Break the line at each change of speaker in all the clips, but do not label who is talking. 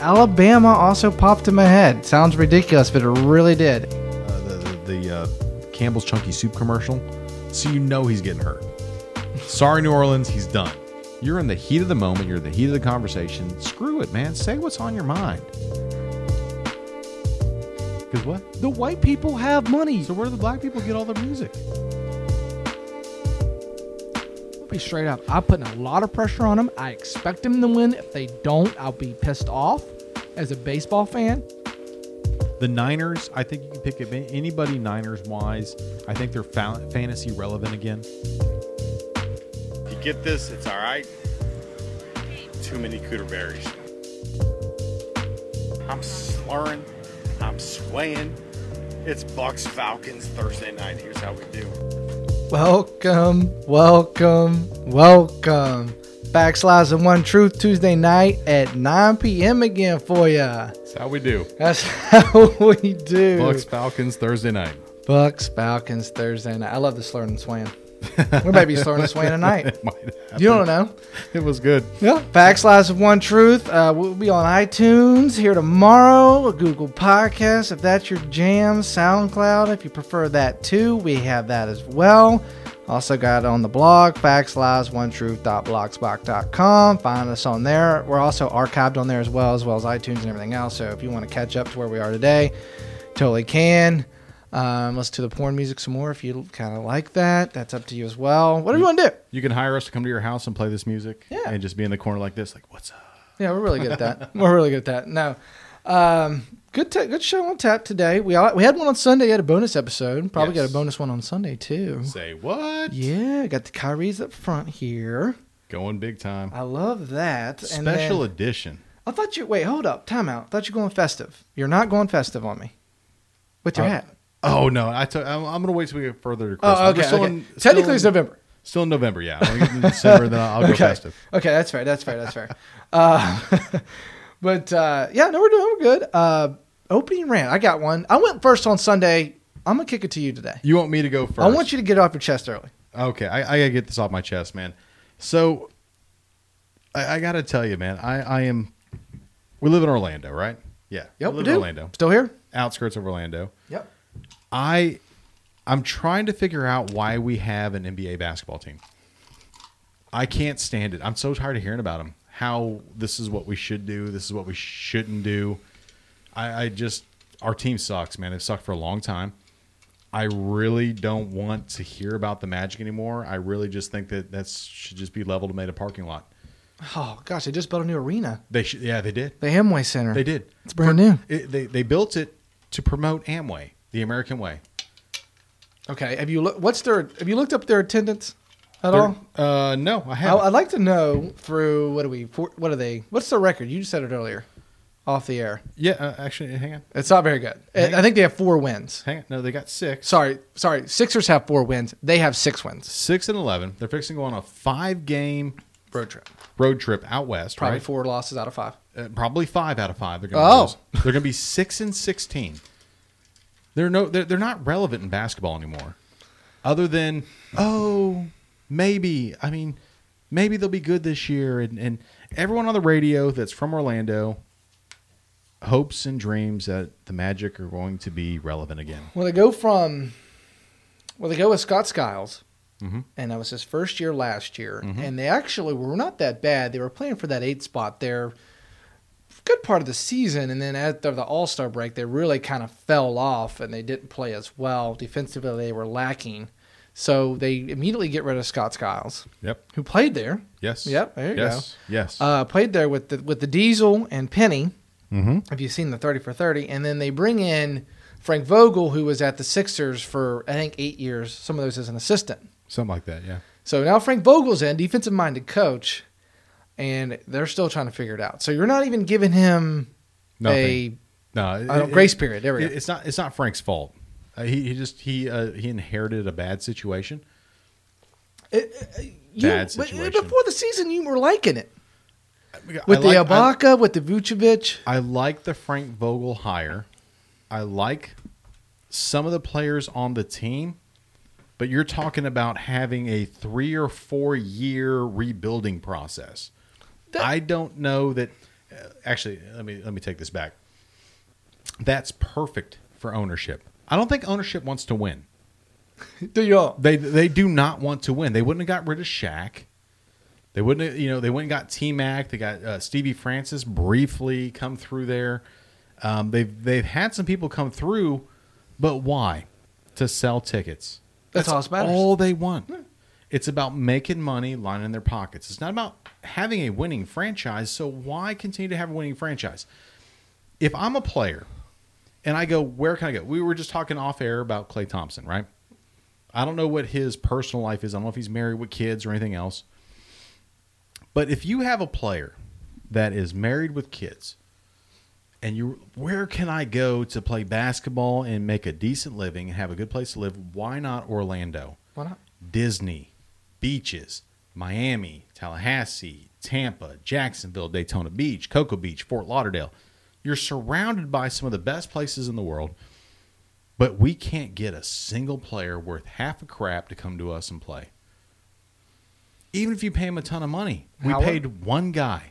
Alabama also popped in my head. Sounds ridiculous, but it really did.
Uh, the the, the uh, Campbell's Chunky Soup commercial. So you know he's getting hurt. Sorry, New Orleans, he's done. You're in the heat of the moment. You're in the heat of the conversation. Screw it, man. Say what's on your mind.
Because what?
The white people have money. So where do the black people get all their music?
I'll be straight up. I'm putting a lot of pressure on them. I expect them to win. If they don't, I'll be pissed off. As a baseball fan,
The Niners, I think you can pick up anybody Niners wise. I think they're fa- fantasy relevant again.
You get this, it's all right. Too many cooter berries. I'm slurring, I'm swaying. It's Bucks Falcons Thursday night. Here's how we do.
Welcome, welcome, welcome. Backslash and One Truth Tuesday night at 9 p.m. again for ya.
That's how we do.
That's how we do.
Bucks Falcons Thursday night.
Bucks, Falcons Thursday night. I love the slurring and swaying. We might be slurring and swaying tonight.
It might
You don't know.
It was good.
Yeah. Backslash of One Truth. Uh, we'll be on iTunes here tomorrow, Google Podcasts, if that's your jam, SoundCloud, if you prefer that too. We have that as well. Also got it on the blog, factsliesoneTruth.blogspot.com. Find us on there. We're also archived on there as well, as well as iTunes and everything else. So if you want to catch up to where we are today, totally can. Um, listen to the porn music some more if you kind of like that. That's up to you as well. Whatever you want to do.
You can hire us to come to your house and play this music.
Yeah.
And just be in the corner like this, like, what's up?
Yeah, we're really good at that. we're really good at that. No, um, good ta good show on tap today. We all, we had one on Sunday. We had a bonus episode. Probably
Yes.
got a bonus one on Sunday too.
Say what?
Yeah, got the Kyrie's up front here.
Going big time.
I love that. And then-
Special edition.
I thought you wait. Hold up. Time out. Thought you were going festive. You're not going festive on me. With your
Uh,
hat.
Oh no, I t- I'm, I'm gonna wait till we get further to Christmas.
Oh,
We're
okay.
still
okay.
in- still
Technically,
in-
it's November.
Still in November, yeah. When we get in December, then I'll go festive.
Okay, that's fair. That's fair. That's fair. uh, but uh, yeah, no, we're doing we're good. Uh, opening rant. I got one. I went first on Sunday. I'm gonna kick it to you today.
You want me to go first?
I want you to get it off your chest early.
Okay, I, I gotta get this off my chest, man. So, I, I gotta tell you, man, I, I am. We live in Orlando, right? Yeah,
Yep, we
we live
do.
in Orlando,
Still here?
outskirts of Orlando.
Yep.
I, I'm trying to figure out why we have an NBA basketball team. I can't stand it. I'm so tired of hearing about them. How this is what we should do. This is what we shouldn't do. I, I just our team sucks, man. It sucked for a long time. I really don't want to hear about the Magic anymore. I really just think that that should just be leveled and made a parking lot.
Oh gosh, they just built a new arena,
They should, yeah, they did.
the Amway Center.
They did.
It's brand new.
It, they they built it to promote Amway, the American way.
Okay. Have you look? What's their? Have you looked up their attendance at
They're-
all?
Uh, no, I
I,
haven't.
I'd like to know through what are we? For, what are they? What's their record? You said it earlier, off the air.
yeah, uh, actually, hang on,
It's not very good. I I think they have four wins.
hang on. No, they got six,
Sorry, sorry. Sixers have four wins. They have six wins.
six and eleven. They're fixing to go on a five game
Road trip.
road trip out west,
Probably
right?
four losses out of five.
uh, probably five out of five. They're going to
Oh.
lose. They're going to be six and sixteen. They're no, they're, they're not relevant in basketball anymore. Other than oh, maybe I mean, maybe they'll be good this year, and and everyone on the radio that's from Orlando hopes and dreams that the Magic are going to be relevant again.
Well, they go from, well, they go with Scott Skiles, and that was his first year last year, and they actually were not that bad. They were playing for that eight spot there, good part of the season, and then after the All Star break, they really kind of fell off, and they didn't play as well defensively. They were lacking, so they immediately get rid of Scott Skiles,
Yep.
who played there.
Yes.
Yep, there you
yes. go. Yes.
uh, played there with the with the Diesel and Penny. Mm-hmm. If you've seen the thirty for thirty, and then they bring in Frank Vogel, who was at the Sixers for I think eight years, some of those as an assistant.
Something like that. Yeah.
So now Frank Vogel's in, defensive minded coach, and they're still trying to figure it out. So you're not even giving him
Nothing. No.
a I don't, grace period. There we
It-
go.
It's not. It's not Frank's fault. Uh, he, he just he uh, he inherited a bad situation.
You-
bad
but-
situation.
Before the season, you were liking it
I
with the
like- I-
Ibaka, with the Vucevic.
I like the Frank Vogel hire. I like some of the players on the team, but you're talking about having a three or four year rebuilding process.
That-
I don't know that uh, actually, let me let me take this back. That's perfect for ownership. I don't think ownership wants to win.
Do y'all?
They they do not want to win. They wouldn't have got rid of Shaq. They wouldn't, have, you know, they went and got T Mac. They got uh, Stevie Francis briefly come through there. Um, they've they've had some people come through, but why? To sell tickets.
That's all that matters.
All they want. It's about making money, lining their pockets. It's not about having a winning franchise. So why continue to have a winning franchise? If I'm a player, and I go, where can I go? We were just talking off air about Clay Thompson, right? I don't know what his personal life is. I don't know if he's married with kids or anything else. But if you have a player that is married with kids and you where can I go to play basketball and make a decent living and have a good place to live? Why not Orlando?
Why not?
Disney, beaches, Miami, Tallahassee, Tampa, Jacksonville, Daytona Beach, Cocoa Beach, Fort Lauderdale. You're surrounded by some of the best places in the world, but we can't get a single player worth half a crap to come to us and play. Even if you pay him a ton of money, we
Howard?
paid one guy.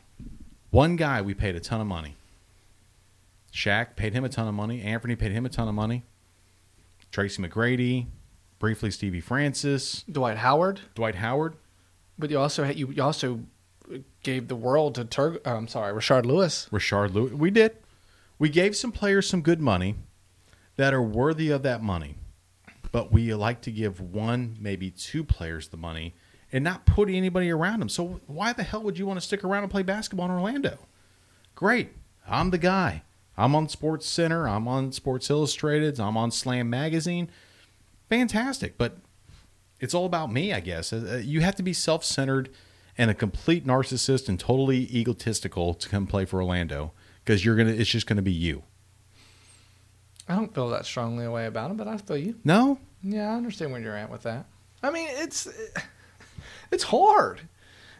One guy we paid a ton of money. Shaq paid him a ton of money. Anthony paid him a ton of money. Tracy McGrady, briefly Stevie Francis,
Dwight Howard,
Dwight Howard.
but you also had, you, you also gave the world to Tur- I'm sorry, Richard Lewis.
Richard Lewis. We did. We gave some players some good money that are worthy of that money, but we like to give one, maybe two players the money and not put anybody around them. So why the hell would you want to stick around and play basketball in Orlando? Great. I'm the guy. I'm on Sports Center. I'm on Sports Illustrated. I'm on Slam Magazine. Fantastic. But it's all about me, I guess. Uh, You have to be self centered and a complete narcissist and totally egotistical to come play for Orlando because you're gonna. It's just gonna be you.
I don't feel that strongly a way about him, but I feel you.
No,
Yeah, I understand where you're at with that. I mean, it's it's hard.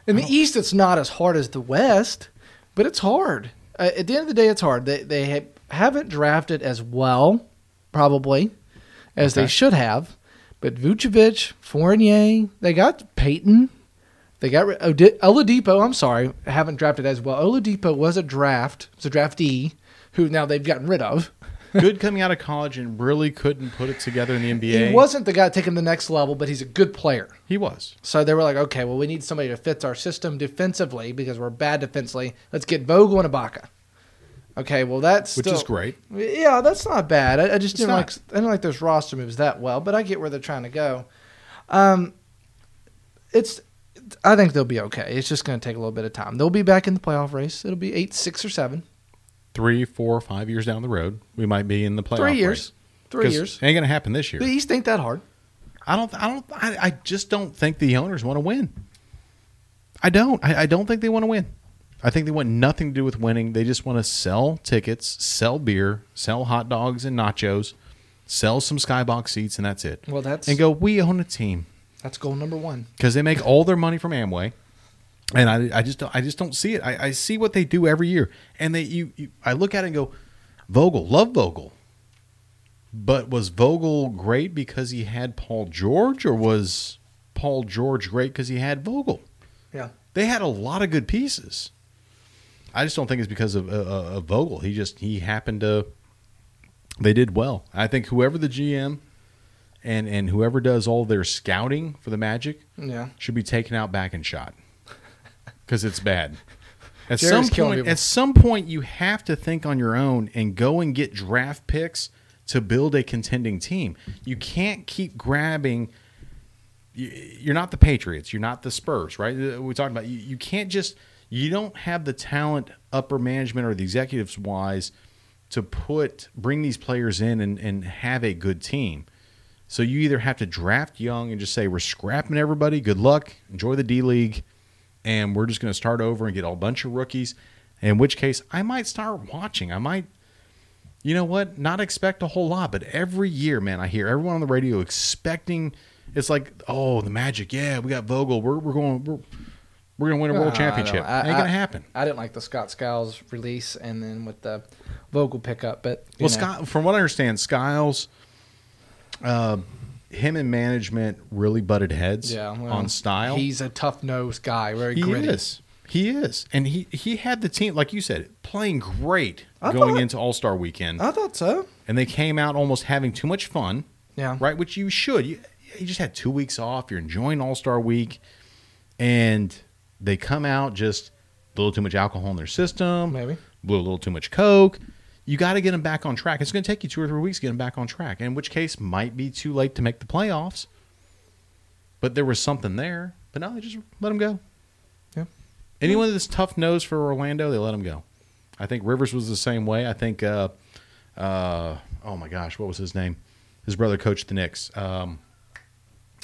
In the East, it's not as hard as the West, but it's hard. Uh, at the end of the day, it's hard. They they ha- haven't drafted as well, probably, as they
Okay.
should have. But Vucevic, Fournier, they got Peyton, they got ri- Ode- Oladipo. I'm sorry, haven't drafted as well. Oladipo was a draft, was a draftee, who now they've gotten rid of.
good coming out of college and really couldn't put it together in the NBA.
He wasn't the guy taking the next level, but he's a good player.
He was.
So they were like, okay, well, we need somebody to fit our system defensively because we're bad defensively. Let's get Vogel and Ibaka. Okay, well, that's
Which
still-
is great.
Yeah, that's not bad. I, I just
It's
didn't
not.
like I didn't like those roster moves that well, but I get where they're trying to go. Um, it's I think they'll be okay. It's just going to take a little bit of time. They'll be back in the playoff race. It'll be eight, six, or seven.
Three, four, five years down the road, we might be in the playoff.
Three years.
race.
Three
'Cause
years.
it ain't gonna happen this year.
The East ain't that hard.
I don't. I don't. I, I just don't think the owners want to win. I don't. I, I don't think they want to win. I think they want nothing to do with winning. They just want to sell tickets, sell beer, sell hot dogs and nachos, sell some skybox seats, and that's it.
Well, that's
and go. We own a team
that's goal number one.
because they make all their money from Amway, and I, I just don't, I just don't see it. I, I see what they do every year, and they you, you I look at it and go, Vogel, love Vogel, but was Vogel great because he had Paul George, or was Paul George great because he had Vogel?
Yeah.
They had a lot of good pieces. I just don't think it's because of, uh, uh, of Vogel. He just he happened to. They did well. I think whoever the GM, and and whoever does all their scouting for the Magic,
Yeah.
should be taken out back and shot because it's bad. At
Jerry's
some
killing
point,
people.
at some point, you have to think on your own and go and get draft picks to build a contending team. You can't keep grabbing. you- You're not the Patriots. You're not the Spurs, right? Uh, We talked about you, you can't just. You don't have the talent, upper management, or the executives wise, to put bring these players in and, and have a good team. So you either have to draft young and just say we're scrapping everybody. Good luck. Enjoy the D League, and we're just going to start over and get a bunch of rookies. In which case, I might start watching. I might, you know what? Not expect a whole lot, but every year, man, I hear everyone on the radio expecting. It's like, oh, the Magic. Yeah, we got Vogel. We're we're going. We're, we're going to win a world
Uh, I don't
championship.
know. I-
Ain't
I-
going to happen.
I didn't like the Scott Skiles release, and then with the vocal pickup. But you
Well,
know.
Scott, from what I understand, Skiles, uh, him and management really butted heads
yeah, well,
on style.
He's a tough nosed guy, very
he
gritty.
is. He is, and he he had the team like you said, playing great
I
going
thought-
into All Star Weekend,
I thought so.
and they came out almost having too much fun,
Yeah.
right? Which you should. You, you just had two weeks off. You're enjoying All Star Week, and they come out just a little too much alcohol in their system,
Maybe.
blew a little too much coke. You got to get them back on track. It's going to take you two or three weeks to get them back on track, in which case might be too late to make the playoffs. But there was something there. But now they just let them go.
Yeah.
Anyone that's tough nose for Orlando, they let him go. I think Rivers was the same way. I think, uh, uh, oh my gosh, what was his name? His brother coached the Knicks. Um,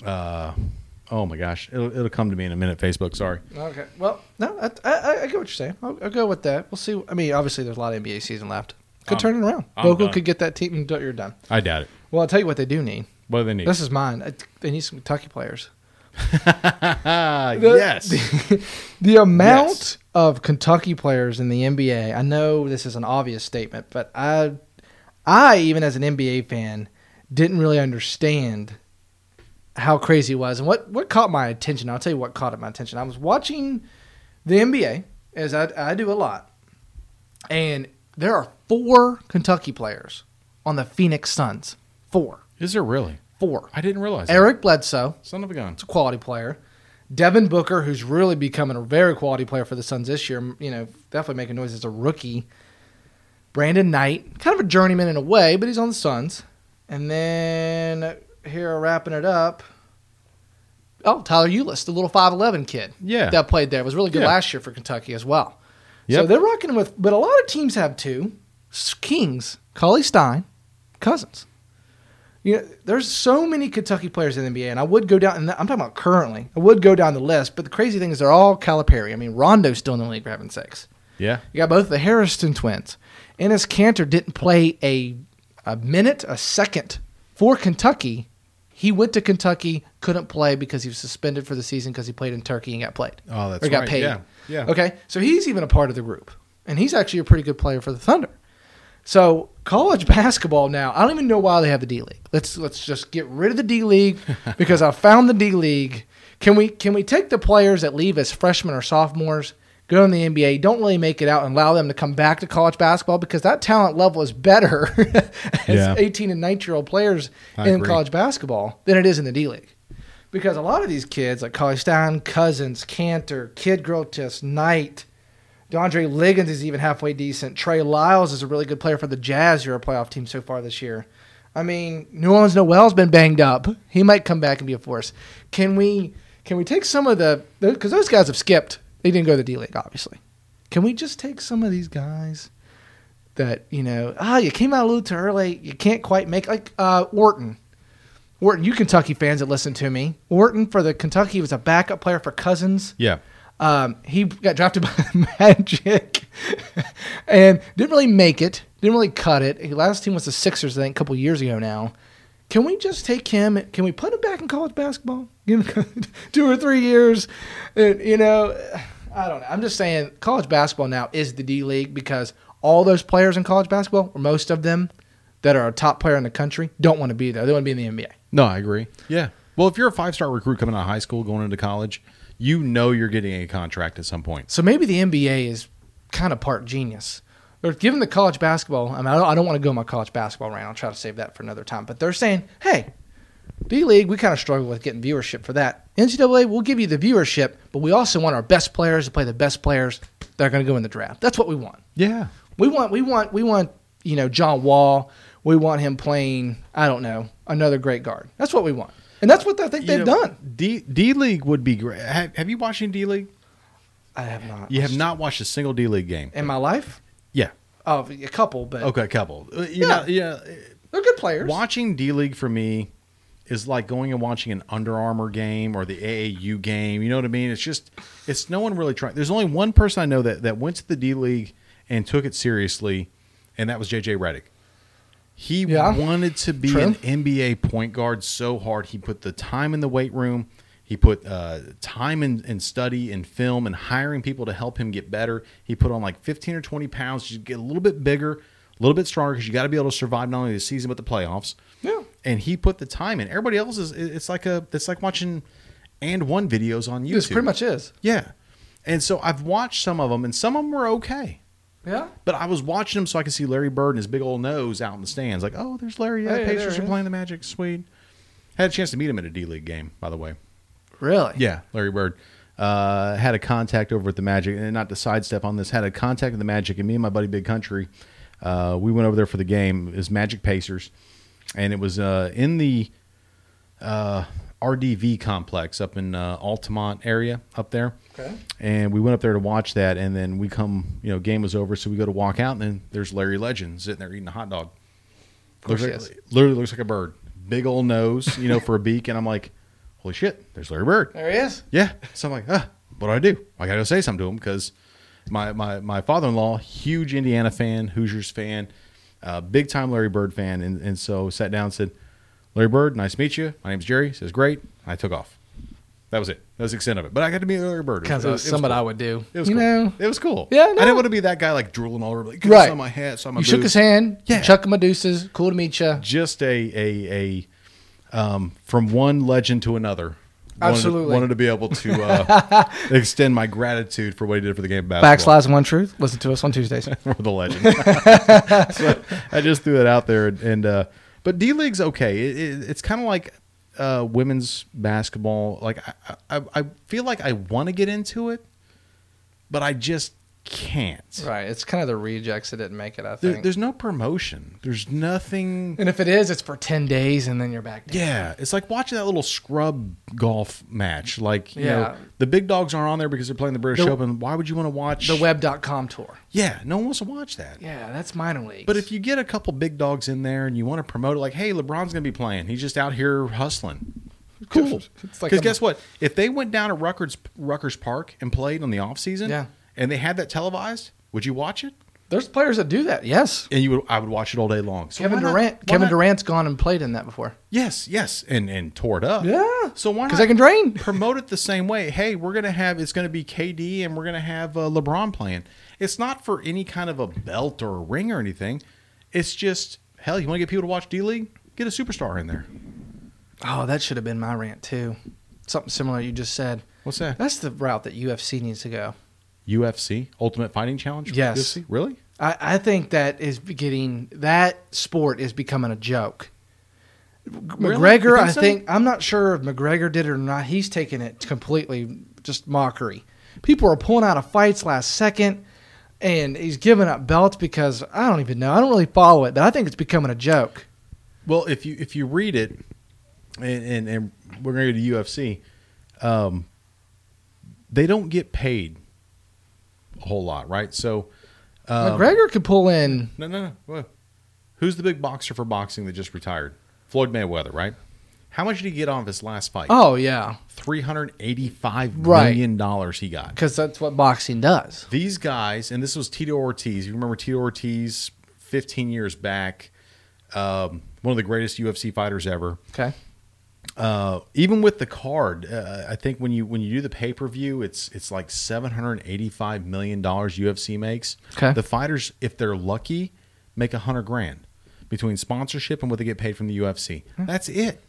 uh, oh my gosh, it'll, it'll come to me in a minute. Facebook, sorry.
Okay. Well, no, I, I, I get what you're saying. I'll, I'll go with that. We'll see. I mean, obviously, there's a lot of NBA season left. Could
I'm-
turn it around.
I'm
Vogel
done.
could get that team, and you're done.
I doubt it.
Well, I'll tell you what they do need.
What do they need?
This is mine. I, they need some Kentucky players.
Ah,
The-
yes.
The amount
Yes.
of Kentucky players in the NBA, I know this is an obvious statement, but I I even as an NBA fan didn't really understand how crazy it was. And what, what caught my attention, I'll tell you what caught my attention. I was watching the NBA, as I, I do a lot, and there are four Kentucky players on the Phoenix Suns. Four.
is there really?
Four.
I didn't realize. that.
Eric Bledsoe,
son of a gun.
it's a quality player. Devin Booker, who's really becoming a very quality player for the Suns this year, you know, definitely making noise as a rookie. Brandon Knight, kind of a journeyman in a way, but he's on the Suns. And then here, wrapping it up. Oh, Tyler Eulis, the little 5'11 kid
Yeah.
that played there, was really good
Yeah.
last year for Kentucky as well. So
Yep.
they're rocking with, but a lot of teams have two S- Kings, Cully Stein, Cousins. You know, there's so many Kentucky players in the NBA, and I would go down. And I'm talking about currently. I would go down the list, but the crazy thing is they're all Calipari. I mean, Rondo's still in the league for having six.
Yeah.
You got both the Harrison twins. Ennis Cantor didn't play a a minute, a second for Kentucky. He went to Kentucky, couldn't play because he was suspended for the season because he played in Turkey and got played.
Oh, that's
or got
right.
paid.
Yeah. Yeah.
Okay, so he's even a part of the group, and he's actually a pretty good player for the Thunder. So college basketball now, I don't even know why they have the D League. Let's let's just get rid of the D League because I found the D League. Can we can we take the players that leave as freshmen or sophomores, go in the NBA, don't really make it out, and allow them to come back to college basketball because that talent level is better as
Yeah.
eighteen and nineteen year old players
I
in
agree.
college basketball than it is in the D League. Because a lot of these kids, like Collie Stein, Cousins, Cantor, Kid Grotes, Knight, DeAndre Liggins is even halfway decent. Trey Lyles is a really good player for the Jazz, who are a playoff team so far this year. I mean, New Orleans Noel's been banged up. He might come back and be a force. Can we can we take some of the because those guys have skipped? They didn't go to the D League, obviously. Can we just take some of these guys that you know? Ah, you came out a little too early. You can't quite make like uh, Wharton. Wharton, you Kentucky fans that listen to me. Wharton for the Kentucky was a backup player for Cousins.
Yeah.
Um, he got drafted by the Magic and didn't really make it. Didn't really cut it. His last team was the Sixers, I think, a couple years ago now. Can we just take him? Can we put him back in college basketball? Give him two or three years. And, you know, I don't know. I'm just saying college basketball now is the D League because all those players in college basketball, or most of them that are a top player in the country, don't want to be there. They want to be in the NBA.
No, I agree. Yeah. Well, if you're a five star recruit coming out of high school, going into college, you know you're getting a contract at some point.
So maybe the NBA is kind of part genius. Or given the college basketball, I mean, I don't, I don't want to go my college basketball rant. I'll try to save that for another time. But they're saying, hey, D League, we kind of struggle with getting viewership for that. NCAA, we'll give you the viewership, but we also want our best players to play the best players that are going to go in the draft. That's what we want.
Yeah.
We want, we want, we want, you know, John Wall. We want him playing, I don't know, another great guard. That's what we want. And that's what I think they've
You know,
done.
D D League would be great. Have, have you watched any D League?
I have not.
You have not watched a single D League game.
In my life?
Yeah.
Oh, a couple, but
Okay, a couple. Uh,
Yeah.
You know, yeah.
they're good players.
Watching D League for me is like going and watching an Under Armour game or the AAU game. You know what I mean? It's just it's no one really trying. There's only one person I know that that went to the D League and took it seriously, and that was JJ Redick. He
Yeah.
wanted to be
True.
an NBA point guard so hard. He put the time in the weight room. He put uh, time in, in study and film and hiring people to help him get better. He put on like 15 or 20 pounds to get a little bit bigger, a little bit stronger because you got to be able to survive not only the season but the playoffs.
Yeah.
And he put the time in. Everybody else is it- it's like a it's like watching and one videos on YouTube.
This pretty much is.
Yeah. And so I've watched some of them, and some of them were okay.
Yeah.
But I was watching them so I could see Larry Bird and his big old nose out in the stands. Like, oh, there's Larry. Yeah,
Hey,
the Pacers
there
are
he
playing the Magic. Sweet. Had a chance to meet him at a D League game, by the way.
Really?
Yeah, Larry Bird uh, had a contact over at the Magic, and not to sidestep on this, had a contact at the Magic, and me and my buddy Big Country, uh, we went over there for the game. It was Magic Pacers, and it was uh, in the uh, RDV complex up in uh, Altamont area up there.
Okay.
And we went up there to watch that, and then we come, you know, game was over, so we go to walk out, and then there's Larry Legend sitting there eating a hot dog.
course
Looks
he
like- literally looks like a bird, big old nose, you know, for a beak, and I'm like, holy shit, there's Larry Bird.
There he is.
Yeah. So I'm like, ah, what do I do? I gotta go say something to him because my my my father in law, huge Indiana fan, Hoosiers fan, uh, big time Larry Bird fan, and and so sat down and said, Larry Bird, nice to meet you. My name's Jerry. He says great. I took off. That was it. That was the extent of it. But I got to meet Larry Bird.
Kind
it
of
was
something
cool.
I would do.
It was
you
cool.
know,
It was cool.
Yeah,
I
no.
didn't want to be that guy like drooling all over. Like,
Right.
right. Saw my hat. Saw my.
you shook his
boots."
hand.
Yeah.
Chuck him a deuces. Cool to meet you.
Just a a a um, from one legend to another. Wanted to-
Absolutely.
wanted to be able to uh, extend my gratitude for what he did for the game of basketball.
Backslides one truth. Listen to us on Tuesdays.
or the legend. so I just threw that out there, and, and uh, but D League's okay. It, it, it's kind of like uh, women's basketball. Like I, I, I feel like I want to get into it, but I just can't.
right. It's kind of the rejects that didn't make it. I think.
There, there's no promotion. There's nothing.
and if it is, it's for ten days, and then you're back. down.
Yeah, it's like watching that little scrub golf match. Like, you know,
Yeah.
the big dogs aren't on there because they're playing the British
The-
Open. Why would you want to watch
The web.com tour.
Yeah, no one wants to watch that.
Yeah, that's minor league.
But if you get a couple big dogs in there and you want to promote it, like, hey, LeBron's going to be playing. He's just out here hustling. Cool. Because
It's like a-
guess what? If they went down to Rutgers, Rutgers Park and played on the offseason
Yeah.
and they had that televised, would you watch it?
there's players that do that, yes.
And you would, I would watch it all day long. So
Kevin
why not-
Durant.
why
Kevin
not-
Durant's gone and played in that before.
Yes, yes, and and tore it up.
Yeah.
So why not?
'Cause they can drain.
promote it the same way. Hey, we're gonna have it's gonna be KD and we're gonna have uh, LeBron playing. It's not for any kind of a belt or a ring or anything. It's just hell. You want to get people to watch D League? Get a superstar in there.
Oh, that should have been my rant too. Something similar you just said.
What's that?
That's the route that UFC needs to go.
UFC Ultimate Fighting Challenge.
Yes.
UFC? Really?
I, I think that is getting that sport is becoming a joke.
You
McGregor,
think
I
so?
think I'm not sure if McGregor did it or not. He's taking it completely just mockery. People are pulling out of fights last second, and he's giving up belts because I don't even know. I don't really follow it, but I think it's becoming a joke.
Well, if you if you read it, and and, and we're going to go to UFC, um, they don't get paid a whole lot, right? So um,
McGregor could pull in.
No, no, no. What? Who's the big boxer for boxing that just retired? Floyd Mayweather, right? How much did he get on his last fight?
Oh yeah,
Three hundred eighty-five million
Right.
dollars he got.
because that's what boxing does.
These guys, and this was Tito Ortiz. You remember Tito Ortiz, fifteen years back, um, one of the greatest UFC fighters ever
Okay.
uh, even with the card, uh, I think when you when you do the pay per view, it's it's like seven hundred eighty five million dollars UFC makes.
Okay.
The fighters, if they're lucky, make a hundred grand between sponsorship and what they get paid from the UFC. That's it.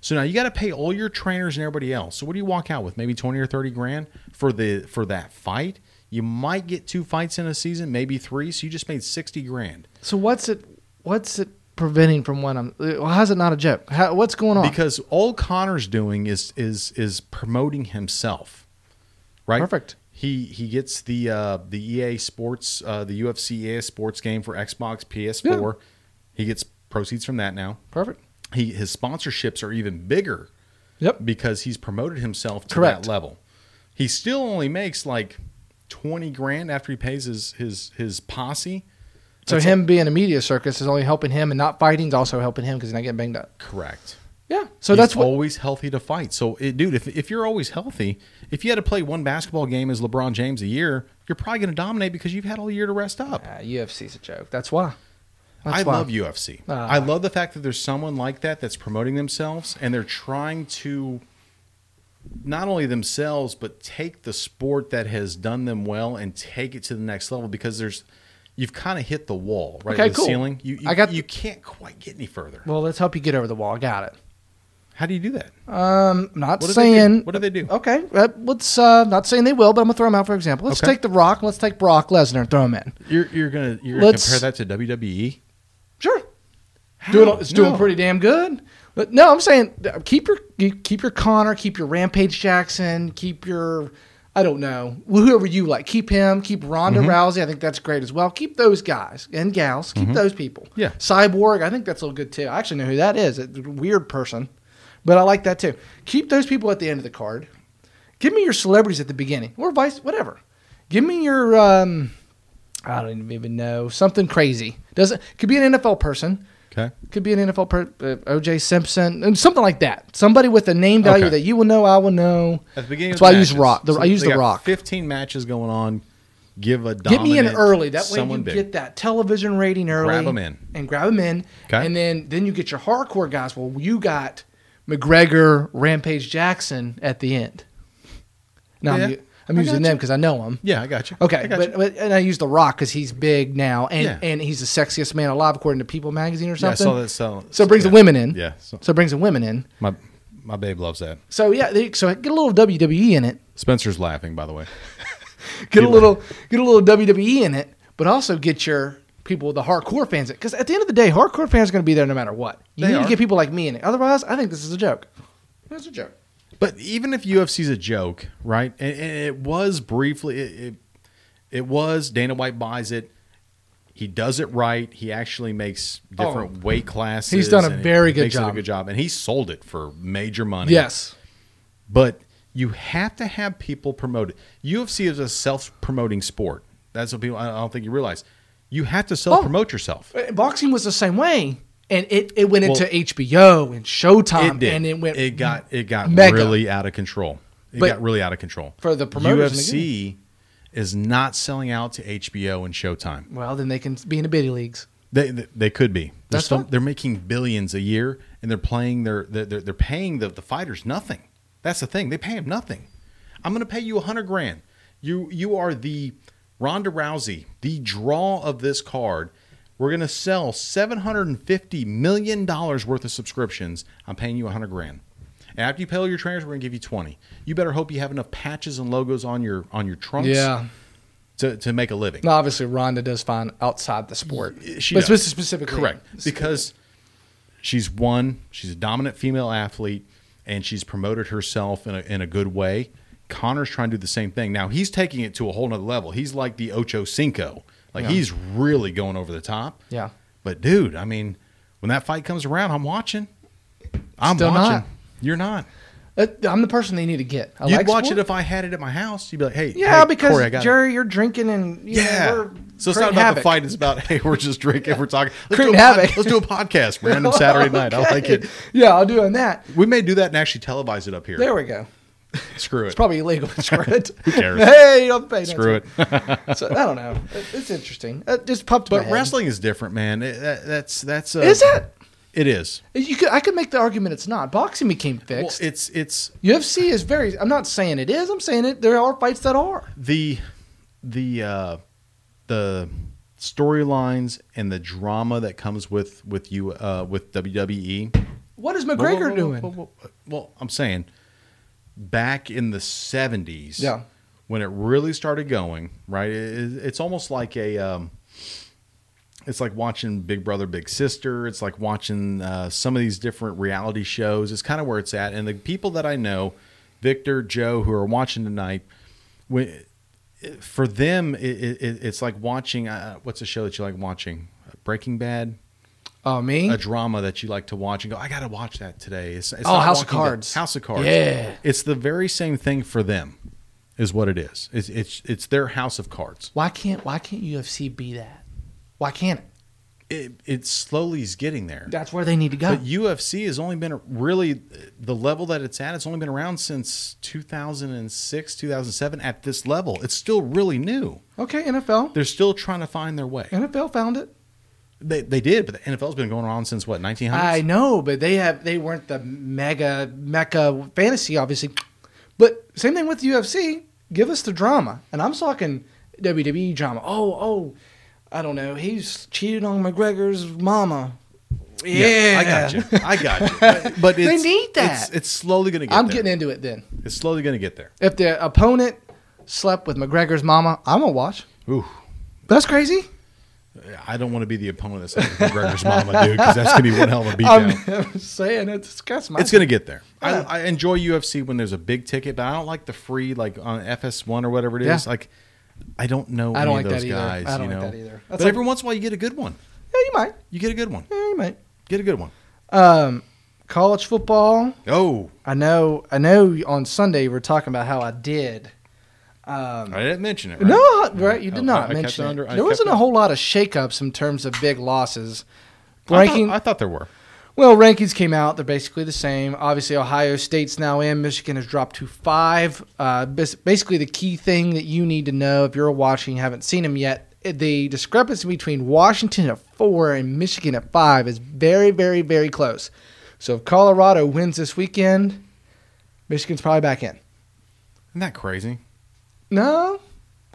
So now you got to pay all your trainers and everybody else. So what do you walk out with? Maybe twenty or thirty grand for the for that fight. You might get two fights in a season, maybe three. So you just made sixty grand.
So what's it? What's it preventing from when I'm? uh, How's it not a joke? How, what's going on?
because all Connor's doing is is is promoting himself, right?
Perfect.
He he gets the uh, the EA Sports uh, the UFC EA Sports game for Xbox PS4. He gets proceeds from that now.
Perfect.
He his sponsorships are even bigger
Yep.
because he's promoted himself to
Correct.
that level. He still only makes like twenty grand after he pays his his his posse.
So
That's
him being a media circus is only helping him, and not fighting is also helping him because he's not getting banged up.
Correct.
Yeah. So
He's
that's what.
always healthy to fight. So, it, dude, if, if you're always healthy, if you had to play one basketball game as LeBron James a year, you're probably going to dominate because you've had all year to rest up.
Uh, UFC's a joke. That's why. That's
I
why.
love UFC.
Ah.
I love the fact that there's someone like that that's promoting themselves and they're trying to not only themselves but take the sport that has done them well and take it to the next level because there's you've kind of hit the wall, right?
Okay,
the
cool.
ceiling. You, you
I got-
you can't quite get any further.
Well, let's help you get over the wall. Got it.
How do you do that?
Um, I'm not
What do they do?
saying.
What do they do?
Okay, uh, let's. Uh, not saying they will, but I'm gonna throw them out for example. Let's
Okay.
take The Rock. and Let's take Brock Lesnar and throw him in.
You're you're gonna you're gonna
Let's-
compare that to E? WWE?
Sure. Doing,
How?
it's doing
No.
pretty damn good. But no, I'm saying uh, keep your you- keep your Connor, keep your Rampage Jackson, keep your I don't know whoever you like. Keep him, keep Ronda
Mm-hmm.
Rousey. I think that's great as well. Keep those guys and gals. Keep those people.
Mm-hmm. Yeah.
Cyborg. I think that's a little good too. I actually know who that is. It's a weird person, but I like that too. Keep those people at the end of the card. Give me your celebrities at the beginning, or vice whatever. Give me your um, I don't even know something crazy. Doesn't could be an NFL person
Okay.
could be an NFL per, uh, OJ Simpson and something like that. Somebody with a name value
Okay.
that you will know, I will know.
At the beginning,
That's
of the
why I use
matches,
Rock. The,
so
I use
they
the
got
Rock.
Fifteen matches going on. Give a
Get me in
dominant
early. That way you
someone big.
get that television rating early.
Grab 'em in.
and grab them in.
Okay.
And then then you get your hardcore guys. Well, you got McGregor, Rampage Jackson at the end. Now
Yeah.
I'm, u- I'm
I
using
got
them
you.
because I know them.
Yeah, I got you.
Okay,
I got
but,
you.
but and I use The Rock because he's big now, and
Yeah.
and he's the sexiest man alive according to People magazine or
Yeah, I
something.
saw that. So,
So it brings
yeah.
the women in.
Yeah, so-
So it brings the women in.
My my babe loves that.
So yeah, they, so get a little WWE in it.
Spencer's laughing, by the way.
Get a little get a little WWE in it, but also get your people, the hardcore fans, in because at the end of the day, hardcore fans are going to be there no matter what. You
They
need
are.
to get people like me in it. Otherwise, I think this is a joke. It's a joke.
But even if UFC's a joke, right? And, and it was briefly, it, it it was Dana White buys it. He does it right. He actually makes different weight classes.
Oh. He's done a
and he
very good
makes it a
job.
good job, and he sold it for major money.
Yes.
but you have to have people promote it. UFC is a self-promoting sport. That's what people. I don't think you realize. You have
Oh.
to self-promote yourself.
Uh, Boxing was the same way, and it, it went
Well,
into HBO and Showtime,
it did.
Um, and it went.
It got. It got
mega.
really out of control. It
But
got really out of control
for the promoters in the
UFC is not selling out to HBO and Showtime.
well, then they can be in the biddy leagues.
They they, they could be. They're,
That's fine.
they're making billions a year, and they're playing their they're they're, they're paying the, the fighters nothing. That's the thing. They pay them nothing. I'm going to pay you a hundred grand. You you are the Ronda Rousey, the draw of this card. We're going to sell seven hundred and fifty million dollars worth of subscriptions. I'm paying you a hundred grand. And after you pay all your trainers, we're going to give you twenty. You better hope you have enough patches and logos on your on your trunks
Yeah.
to, to make a living.
Now, obviously, Ronda does fine outside the sport.
She
but
does.
specifically
Correct. Because she's one, she's a dominant female athlete, and she's promoted herself in a, in a good way. Connor's trying to do the same thing. Now he's taking it to a whole nother level. He's like the Ocho Cinco. Like
Yeah.
he's really going over the top.
Yeah.
But dude, I mean, when that fight comes around, I'm watching. I'm
Still
watching.
not.
You're not.
Uh, I'm the person they need to get. I
You'd
like
watch
sport.
it if I had it at my house. You'd be like, hey,
Yeah,
hey,
because
Corey, I got it.
Jerry, you're drinking and you
Yeah.
Know, we're
so it's
creating
not about
havoc.
the fight. It's about hey, we're just drinking. We're talking. Let's
Creating
do, a pod-
havoc.
let's do a podcast random Saturday night. I like
Okay.
it.
Yeah, I'll do it on that.
We may do that and actually televise it up here.
There we go.
Screw it.
It's probably illegal. but Screw it.
Who cares?
Hey, you don't pay. no
Screw it.
attention. So, I don't know. It- It's interesting. It just popped. in my
But
head.
wrestling is different, man. It- that- that's that's. Uh,
Is it?
It is.
You could, I could make the argument it's not. Boxing became
Well,
fixed.
it's it's
UFC is very. I'm not saying it is. I'm saying it. There are fights that are.
the the uh, the storylines and the drama that comes with with you uh, with E WWE.
What is
Whoa, whoa,
McGregor
whoa,
doing?
whoa, whoa, whoa. Well, I'm saying back in the 70s,
Yeah.
when it really started going, right? It, it's almost like a, um, it's like watching Big Brother, Big Sister. It's like watching uh, some of these different reality shows. It's kind of where it's at. And the people that I know, Victor, Joe, who are watching tonight, when, for them, it, it, it's like watching uh, what's a show that you like watching? Breaking Bad
Oh me.
a drama that you like to watch and go, I got to watch that today. It's, it's
Oh,
not
House of
Walking Dead.
Cards.
House of Cards.
Yeah.
It's the very same thing for them, is what it is. It's it's, it's their House of Cards.
why can't Why can't UFC be that? Why can't it?
It, it slowly is getting there.
That's where they need to go.
But UFC has only been really the level that it's at. It's only been around since 2006, 2007 at this level. It's still really new.
okay, NFL.
They're still trying to find their way.
NFL found it.
They, they did, but the NFL's been going on since what, 1900s?
I know, but they have they weren't the mega mecca fantasy, obviously. But same thing with UFC. Give us the drama, and I'm talking E WWE drama. Oh, oh, I don't know. He's cheated on McGregor's mama. Yeah.
I got you. I got you. But, but
They
it's,
need that.
It's, it's slowly going to get
I'm
there.
getting into it then.
It's slowly going to get there.
If the opponent slept with McGregor's mama, I'm gonna watch.
Ooh,
That's crazy.
I don't want to be the opponent that's like McGregor's mama, dude, because that's going to be one hell of a beatdown.
I'm, I'm saying it. It's got my.
It's going to get there.
Um, Yeah.
I, I enjoy UFC when there's a big ticket, but I don't like the free like on FS1 or whatever it is.
Yeah.
Like, I don't know
I
any
don't
of
like
those
that either.
guys.
I don't
you know?
like that either. That's
but
like-
every once in a while, you get a good one.
Yeah, you might.
You get a good one.
Yeah, you might.
Get a good one.
Um, college football.
Oh,
I know. I know. On Sunday, we were talking about how I did. Um,
I didn't mention it. Right?
No, right? You
I-
did not
I kept
mention
it
it.
under- I
there wasn't
kept
a
it-
whole lot of shakeups in terms of big losses.
I thought-
Ranking,
I thought there were.
well, rankings came out. They're basically the same. Obviously, Ohio State's now in. Michigan has dropped to five. Uh, bas- basically, the key thing that you need to know if you're watching, haven't seen them yet, the discrepancy between Washington at four and Michigan at five is very, very, very close. So if Colorado wins this weekend, Michigan's probably back in.
Isn't that crazy?
No,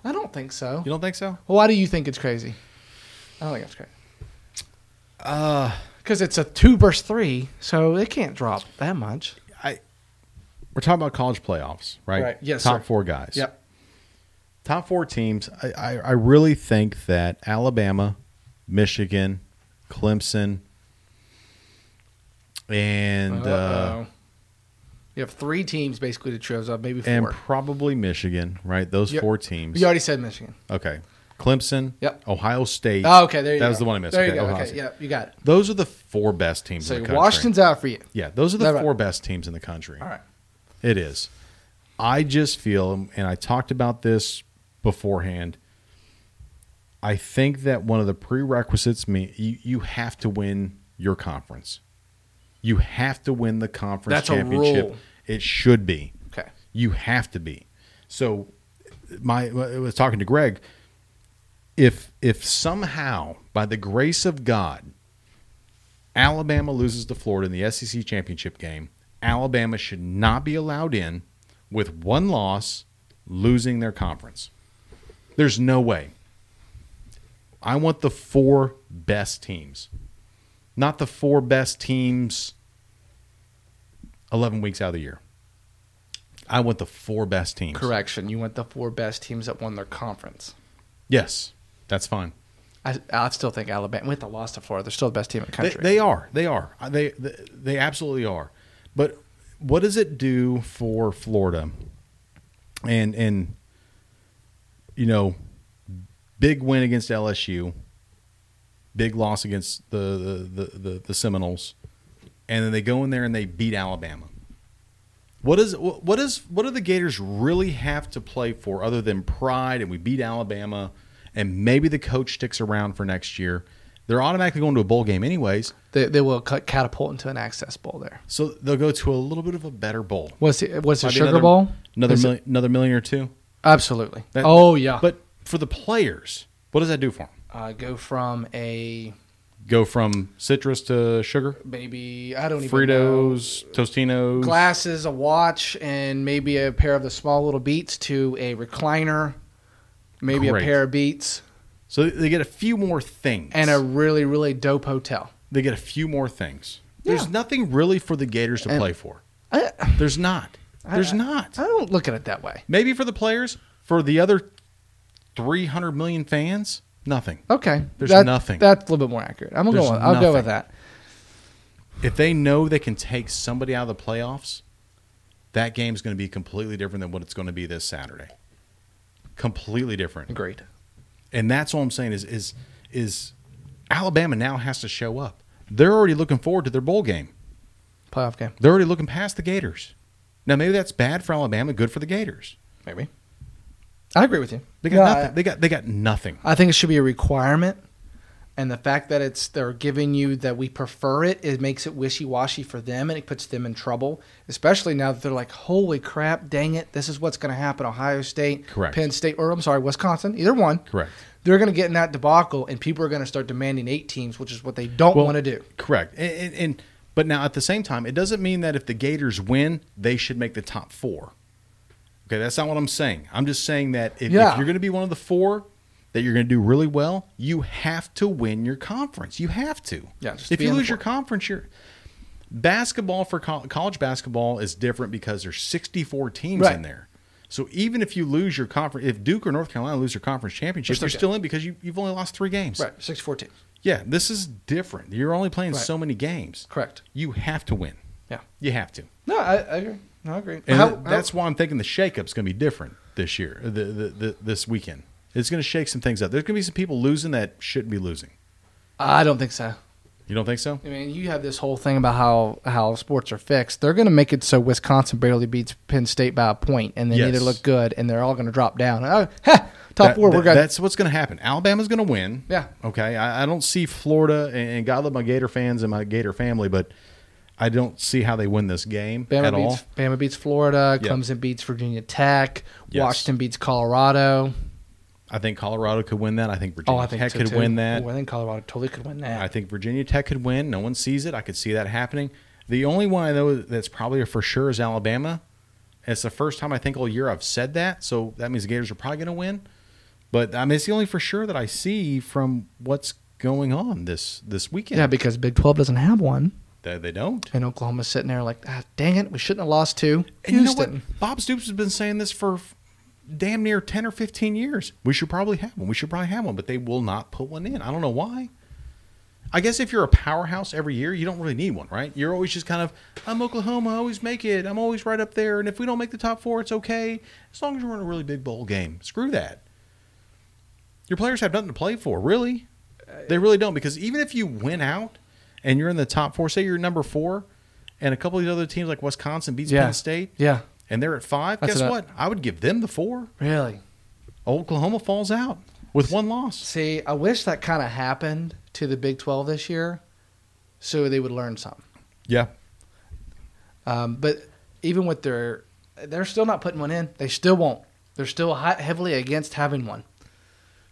I don't think so.
You don't think so?
Why do you think it's crazy? I don't think it's crazy.
Uh,
Because it's a two versus three, so it can't drop that much.
we're talking about college playoffs, right?
Right. Yes,
Top
sir.
four guys.
Yep.
Top four teams. I, I, I really think that Alabama, Michigan, Clemson, and uh,
you have three teams basically to choose up, maybe four.
and probably Michigan, right? Those
Yep.
four teams.
you already said Michigan.
Okay. Clemson.
Yep.
Ohio State.
Oh, okay, there you
that
go.
was the one I missed.
There you
Okay,
go.
Ohio
okay,
State.
yep, you got it.
Those are the four best teams
So
in the country.
Washington's out for you.
Yeah, those are the
Is that
four best teams in the country.
All right.
It is. I just feel, and I talked about this beforehand. I think that one of the prerequisites me you, you have to win your conference. You have to win the conference
That's a
championship.
rule.
It should be.
Okay.
You have to be. So my I was talking to Greg if if somehow by the grace of God Alabama loses to Florida in the SEC championship game, Alabama should not be allowed in with one loss losing their conference. There's no way. I want the four best teams. Not the four best teams 11 weeks out of the year. I want the four best teams.
Correction. You went the four best teams that won their conference.
Yes. That's fine.
I, I still think Alabama, with the loss to Florida, they're still the best team in the
They,
country.
they are. They are. Uh, They, they they absolutely are. But what does it do for Florida? And and you know, big win against LSU, big loss against the the the, the, the Seminoles, and then they go in there and they beat Alabama. What is wh- what is what do the Gators really have to play for other than pride and we beat Alabama and maybe the coach sticks around for next year? They're automatically going to a bowl game anyways,
they, they will cut, catapult into an access bowl there.
so they'll go to a little bit of a better bowl.
Was it, was it
Might be
Sugar
another,
Bowl?
another
Is it-
million, another million or two.
Absolutely.
That-
oh, yeah.
But for the players, what does that do for them?
uh, go from a
Go from citrus to sugar,
maybe I don't even know.
Fritos, Tostinos,
glasses, a watch, and maybe a pair of the small little beats to a recliner, maybe
Great.
a pair of beats,
So they get a few more things
and a really really dope hotel.
they get a few more things. There's
Yeah.
nothing really for the Gators to
And-
play for.
I,
There's not. There's not.
I don't look at it that way.
Maybe for the players, for the other 300 million fans, nothing.
Okay,
There's
That-
nothing.
That's a little bit more accurate. I'm gonna
There's
go. With, I'll go with
nothing.
that.
If they know they can take somebody out of the playoffs, that game's going to be completely different than what it's going to be this Saturday. Completely different.
Agreed.
and that's all I'm saying is is is Alabama now has to show up. They're already looking forward to their bowl game.
Playoff game,
They're already looking past the Gators. Now maybe that's bad for Alabama, good for the Gators.
maybe. I agree with you.
They got
No,
nothing.
I-
they got they got nothing.
I think it should be a requirement. And the fact that it's they're giving you that we prefer it, it makes it wishy washy for them and it puts them in trouble. Especially now that they're like, holy crap, dang it, this is what's going to happen. Ohio State,
Correct.
Penn State, or I'm sorry, Wisconsin, either one.
Correct.
They're going to get in that debacle and people are going to start demanding eight teams, which is what they don't want to do.
Correct. And, and, and but now at the same time, it doesn't mean that if the Gators win, they should make the top four. Okay, that's not what I'm saying. I'm just saying that if, if
Yeah.
you're going to be one of the four, that you're going to do really well, you have to win your conference. You have to.
Yeah, just
if
be
you
on the
lose your
board.
conference, you're basketball for col college basketball is different because there's 64 teams
Right.
in there. So even if you lose your conference, if Duke or North Carolina lose their conference championship,
still
you're
good.
still in because you, you've only lost three games.
Right, six fourteen.
Yeah, this is different. You're only playing
Right.
so many games.
Correct.
You have to win.
Yeah.
You have to.
No, I, I agree. No, I agree.
And
How-
th- that's why I'm thinking the shakeup's going to be different this year, the, the, the, this weekend. It's going to shake some things up. There's going to be some people losing that shouldn't be losing.
I don't think so.
You don't think so?
I mean, you have this whole thing about how how sports are fixed. They're going to make it so Wisconsin barely beats Penn State by a point, and they
Yes.
need to look good, and they're all going to drop down. Oh, ha, top
That-
four,
that-
we're going.
That's what's going to happen. Alabama's going to win.
Yeah.
Okay. I, I don't see Florida, and, and God love my Gator fans and my Gator family, but I don't see how they win this game
Bama
at all.
beats Bama beats Florida.
Yeah.
Clemson beats Virginia Tech.
Yes.
Washington beats Colorado.
I think Colorado could win that. I think
Oh,
Virginia
I think
Tech
so,
could
too.
win that.
Oh, I think Colorado totally could win that.
I think Virginia Tech could win. No one sees it. I could see that happening. The only one I know that's probably a for sure is Alabama. It's the first time I think all year I've said that, so that means the Gators are probably going to win. But I mean, it's the only for sure that I see from what's going on this this weekend.
yeah, because Big Twelve doesn't have one,
they, they don't.
and Oklahoma's sitting there like, ah, dang it, we shouldn't have lost two.
And you know what? Bob Stoops has been saying this for f- damn near ten or fifteen years. We should probably have one. We should probably have one, but they will not put one in. I don't know why. I guess if you're a powerhouse every year, you don't really need one, right? You're always just kind of, I'm Oklahoma, I always make it. I'm always right up there. And if we don't make the top four, it's okay. As long as we're in a really big bowl game. Screw that. Your players have nothing to play for, really. They really don't, because even if you win out and you're in the top four, say you're number four, and a couple of these other teams like Wisconsin beats
Yeah.
Penn State,
Yeah,
and they're at five,
That's
guess
what I-
what? I would give them the four.
really.
Oklahoma falls out with one loss.
See, I wish that kind of happened to the Big 12 this year so they would learn something.
Yeah.
Um, but even with their, they're still not putting one in. They still won't. They're still hi- heavily against having one.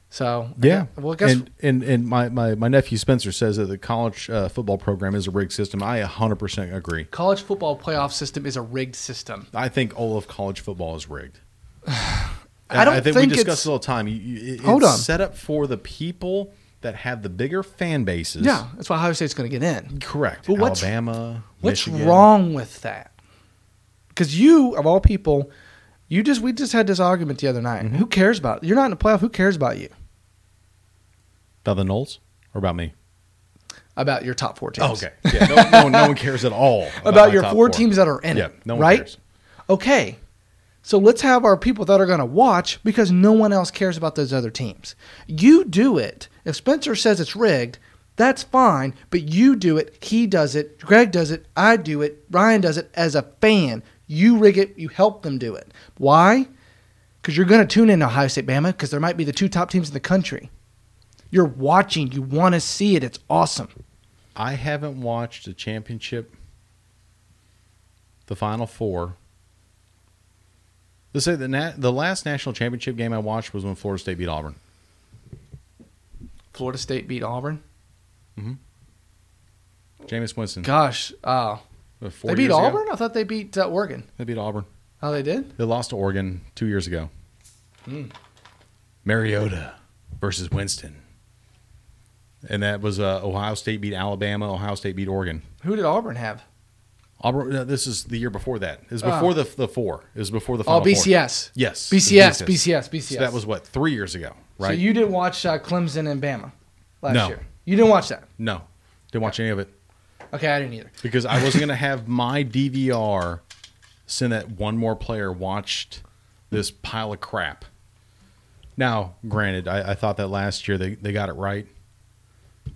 So, I
Yeah.
gu- well, I guess,
and and, and my, my, my nephew Spencer says that the college uh, football program is a rigged system. I 100% agree.
college football playoff system is a rigged system.
I think all of college football is rigged.
I don't think
we discuss
it's-
it all the time. You, you, it-
Hold
it's
on.
set up for the people that have the bigger fan bases.
Yeah, that's why Ohio State's going to get in.
Correct.
But what's-
Alabama.
What's
Michigan.
wrong with that? Because you, of all people, you just we just had this argument the other night.
Mm-hmm.
Who cares about you're not in the playoff? Who cares about you?
About the Knowles or about me?
About your top four teams?
Yeah, no, no, one- no one cares at all
about,
my
your
top
four, teams that are in
Yeah,
it.
no one
right?
cares.
Okay. So let's have our people that are going to watch because no one else cares about those other teams. You do it. If Spencer says it's rigged, that's fine, but you do it. He does it. Greg does it. I do it. Ryan does it as a fan. You rig it. You help them do it. Why? Because you're going to tune in to Ohio State Bama because there might be the two top teams in the country. You're watching. You want to see it. It's awesome.
I haven't watched a championship, the Final Four. Let's say the na- the last national championship game I watched was when Florida State beat Auburn.
Florida State beat Auburn.
Jameis Winston.
Gosh, oh,
uh, four
they beat
years ago.
Auburn. I thought they beat uh, Oregon.
They beat Auburn.
Oh, they did.
They lost to Oregon two years ago.
Hmm.
Mariota versus Winston, and that was uh, Ohio State beat Alabama. Ohio State beat Oregon.
Who did Auburn have?
Auburn. No, this is the year before that. It was
Ah.
before the the four. It was before the
Oh,
final four.
BCS.
Yes,
BCS,
the
BCS, BCS.
So that was what three years ago, right?
So you didn't watch uh, Clemson and Bama last
No.
year. You didn't watch that.
no, didn't watch any of it
Okay, I didn't either.
because I wasn't gonna have my DVR send that one more player watched this pile of crap. Now, granted, I, I thought that last year they, they got it right.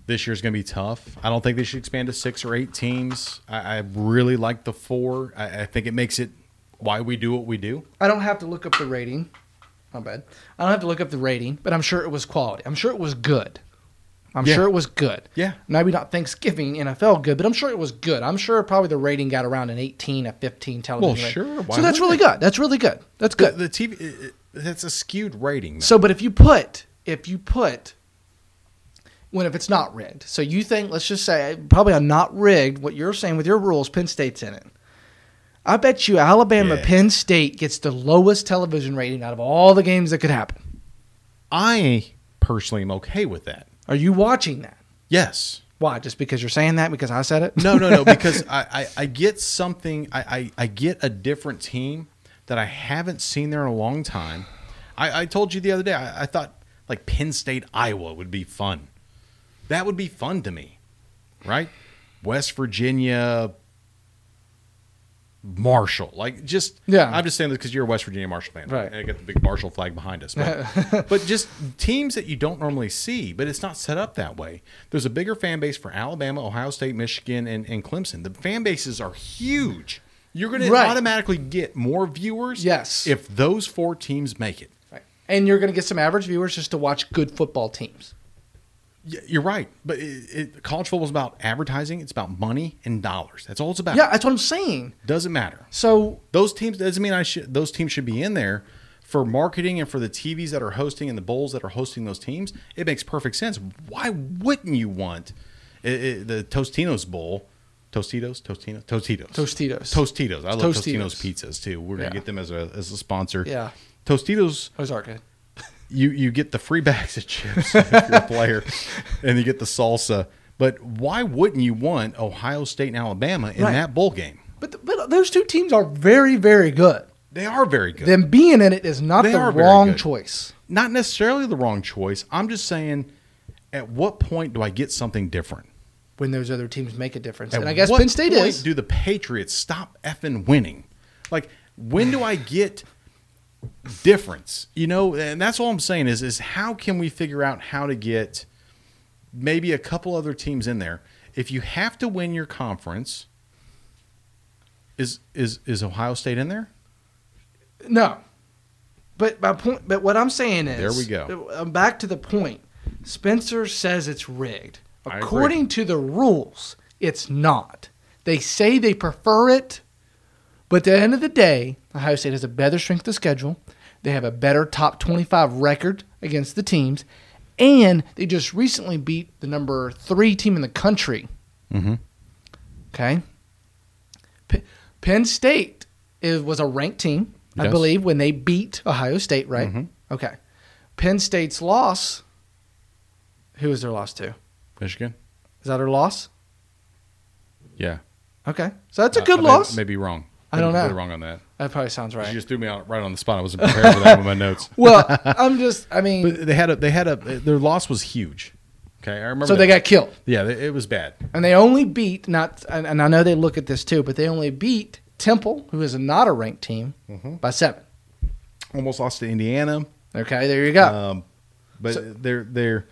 This year's gonna be tough. I don't think they should expand to six or eight teams. I, I really like the four. I, I think it makes it why we do what we do.
I don't have to look up the rating. My bad. I don't have to look up the rating, but I'm sure it was quality. I'm sure it was good. I'm
Yeah.
sure it was good.
Yeah.
Maybe not Thanksgiving NFL good, but I'm sure it was good. I'm sure probably the rating got around an 18, a 15 television.
Well,
rating.
sure. Why
So that's
wouldn't
really
it?
good. That's really good. That's good.
The, the TV it, it- that's a skewed rating. though.
So, but if you put, if you put, when if it's not rigged, so you think, let's just say, probably I'm not rigged. What you're saying with your rules, Penn State's in it. I bet you Alabama,
Yeah.
Penn State gets the lowest television rating out of all the games that could happen.
I personally am okay with that.
Are you watching that?
Yes.
Why? Just because you're saying that? Because I said it?
No, no, no. Because I, I, I get something. I, I, I get a different team that I haven't seen there in a long time. I, I told you the other day. I, I thought like Penn State, Iowa would be fun. That would be fun to me, right? West Virginia, Marshall, like just
Yeah.
I'm just saying this because you're a West Virginia Marshall fan,
Right.
And I got the big Marshall flag behind us, but, but just teams that you don't normally see, but it's not set up that way. There's a bigger fan base for Alabama, Ohio State, Michigan, and, and Clemson. The fan bases are huge. You're going
Right.
to automatically get more viewers,
Yes.
if those four teams make it.
Right. And you're going to get some average viewers just to watch good football teams.
Y- You're right, but it, it, college football is about advertising. It's about money and dollars. That's all it's about.
Yeah, that's what I'm saying.
doesn't matter.
So,
Those teams doesn't mean I should. Those teams should be in there for marketing and for the TVs that are hosting and the bowls that are hosting those teams. It makes perfect sense. Why wouldn't you want i i the Tostinos Bowl? Tostitos, Tostino, Tostitos,
Tostitos.
Tostitos. I love Tostitos,
Tostitos.
pizzas too. We're gonna
Yeah.
get them as a as a sponsor.
Yeah.
Tostitos
those are good.
you you get the free bags of chips if you're a player, and you get the salsa. But why wouldn't you want Ohio State and Alabama in
Right.
that bowl game?
But, th- but those two teams are very, very good.
They are very good.
Them being in it is not
They
the
are very
wrong
good.
choice.
Not necessarily the wrong choice. I'm just saying, at what point do I get something different?
When those other teams make a difference,
At
and I guess
what
Penn State
point
is.
Do the Patriots stop effing winning? Like, when do I get difference? You know, and that's all I'm saying is is how can we figure out how to get maybe a couple other teams in there? If you have to win your conference, is is is Ohio State in there?
No. But my point but what I'm saying is
There we go.
I'm back to the point. Spencer says it's rigged.
I agree.
According to the rules, it's not. They say they prefer it, but at the end of the day, Ohio State has a better strength of schedule. They have a better top 25 record against the teams, and they just recently beat the number 3 team in the country. Mm-hmm.
Mhm.
Okay? P- Penn State is, was a ranked team, I
Yes.
believe, when they beat Ohio State, right?
Mhm.
Okay. Penn State's loss. Who was their loss to? Is
Michigan?
that their loss?
Yeah, Uh,
Okay, so that's a
I-
good
I may-
loss.
May be wrong.
I don't
Maybe
know.
Wrong on that.
That probably sounds right.
You just threw me out right on the spot. I wasn't prepared for that with my notes.
well, I'm just. I mean,
But they had a they had a their loss was huge. Okay, I remember.
so they
that.
got killed,
yeah, they- it was bad.
and they only beat not. And, and I know they look at this too, but they only beat Temple, who is not a ranked team,
Mm-hmm.
by seven.
Almost lost to Indiana.
Okay, there you go.
Um, but
So-
they're they're.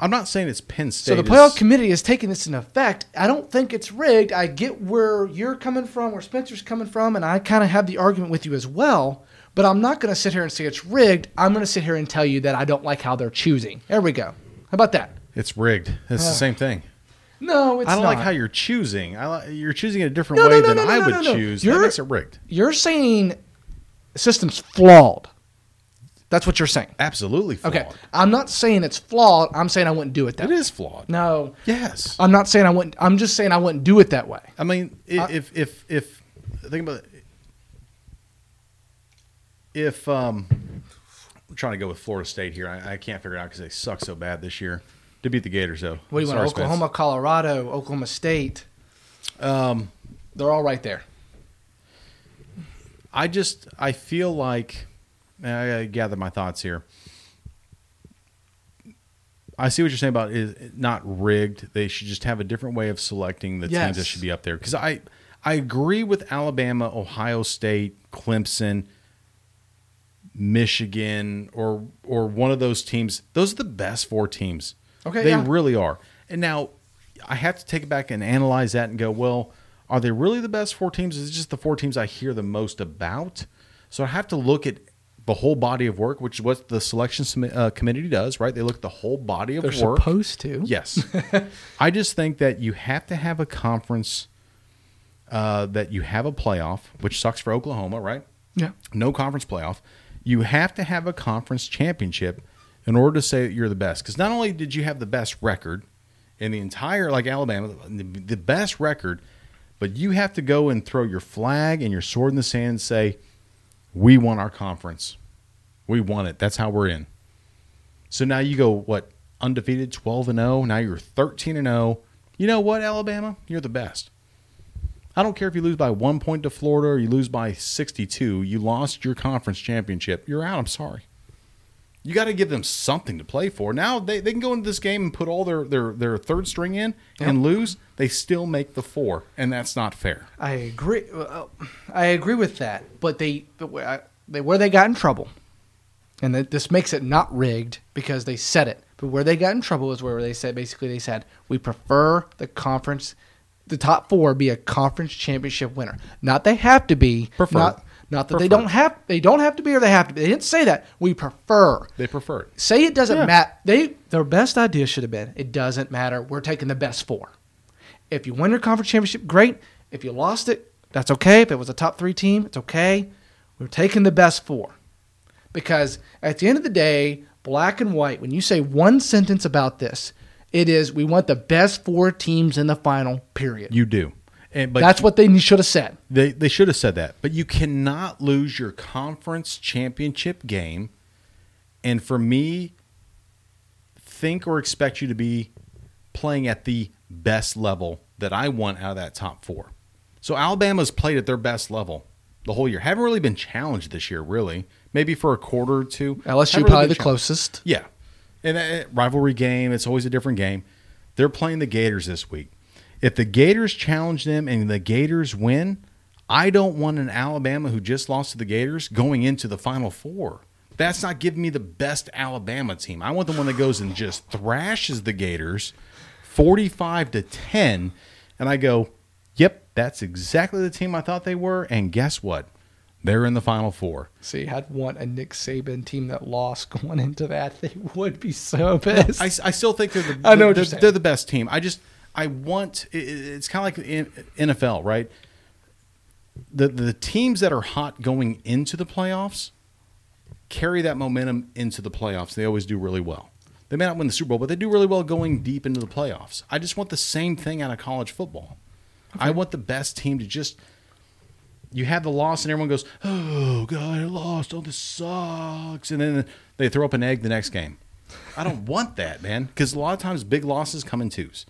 I'm not saying it's Penn State.
So the
is-
playoff committee is taking this in effect. I don't think it's rigged. I get where you're coming from, where Spencer's coming from, and I kind of have the argument with you as well. But I'm not going to sit here and say it's rigged. I'm going to sit here and tell you that I don't like how they're choosing. There we go. How about that?
it's rigged. It's the same thing.
No, it's
I don't
not.
like how you're choosing. I like, you're choosing it a different
No, no,
way
no,
than
no, no,
I
no,
would
no, no.
choose.
You're-
that makes it rigged.
you're saying the system's flawed. That's what you're saying.
Absolutely flawed.
Okay. I'm not saying it's flawed. I'm saying I wouldn't do it that
It
way.
is flawed.
No.
Yes.
I'm not saying I wouldn't. I'm just saying I wouldn't do it that way.
I mean, i- if if if think about it. if um, I'm trying to go with Florida State here. I, I can't figure it out because they suck so bad this year. To beat the Gators though.
What do you
Sorry,
want?
Spence.
Oklahoma, Colorado, Oklahoma State.
Um,
They're all right there.
I just I feel like and I gotta gather my thoughts here. I see what you're saying about is not rigged. They should just have a different way of selecting the
Yes.
teams that should be up there. Because I I agree with Alabama, Ohio State, Clemson, Michigan, or or one of those teams. Those are the best four teams.
Okay,
they
yeah.
really are. And now I have to take it back and analyze that and go, well, are they really the best four teams? Is it just the four teams I hear the most about? So I have to look at the whole body of work, which is what the selection summi- uh, committee does, right? They look at the whole body of work.
to.
Yes. I just think that you have to have a conference uh, that you have a playoff, which sucks for Oklahoma, right?
Yeah.
No conference playoff. You have to have a conference championship in order to say that you're the best. Because not only did you have the best record in the entire, like Alabama, the, the best record, but you have to go and throw your flag and your sword in the sand and say, we won our conference. We won it. That's how we're in. So now you go what undefeated, twelve and zero. Now you're thirteen and zero. You know what, Alabama, you're the best. I don't care if you lose by one point to Florida or you lose by sixty-two. You lost your conference championship. You're out. I'm sorry. You got to give them something to play for. Now they, they can go into this game and put all their, their, their third string in and lose. They still make the four, and that's not fair.
I agree. uh, I agree with that. But they, but where, I, they where they got in trouble, and that this makes it not rigged because they said it. But where they got in trouble is where they said basically they said we prefer the conference, the top four be a conference championship winner. Not they have to be.
Prefer.
Not, not that they
Prefer.
don't have. They don't have to be or they have to be. They didn't say that. We prefer.
They prefer it.
Say it doesn't
Yeah.
matter. They their best idea should have been it doesn't matter. We're taking the best four. If you win your conference championship, great. If you lost it, that's okay. If it was a top three team, it's okay. We're taking the best four because at the end of the day, black and white. When you say one sentence about this, it is we want the best four teams in the final. Period.
You do. And, but
that's what they should have said.
They they should have said that. But you cannot lose your conference championship game and for me think or expect you to be playing at the best level that I want out of that top 4. So Alabama's played at their best level the whole year. Haven't really been challenged this year really. Maybe for a quarter or two.
LSU
Haven't
probably
really been
the
challenged.
closest.
Yeah, and uh, rivalry game. It's always a different game. They're playing the Gators this week. If the Gators challenge them and the Gators win, I don't want an Alabama who just lost to the Gators going into the Final Four. That's not giving me the best Alabama team. I want the one that goes and just thrashes the Gators, forty-five to ten, and I go, "Yep, that's exactly the team I thought they were." And guess what? They're in the Final Four.
See, I'd want a Nick Saban team that lost going into that. They would be so pissed.
I, I still think they're the,
I know what
they're,
you're saying.
they're the best team. I just I want it, it- it's kind of like in- NFL, right? The the teams that are hot going into the playoffs carry that momentum into the playoffs. They always do really well. They may not win the Super Bowl, but they do really well going deep into the playoffs. I just want the same thing out of college football. I want the best team to just you have the loss and everyone goes, "Oh God, I lost. Oh, this sucks." And then they throw up an egg the next game. I don't want that, man, because a lot of times big losses come in twos,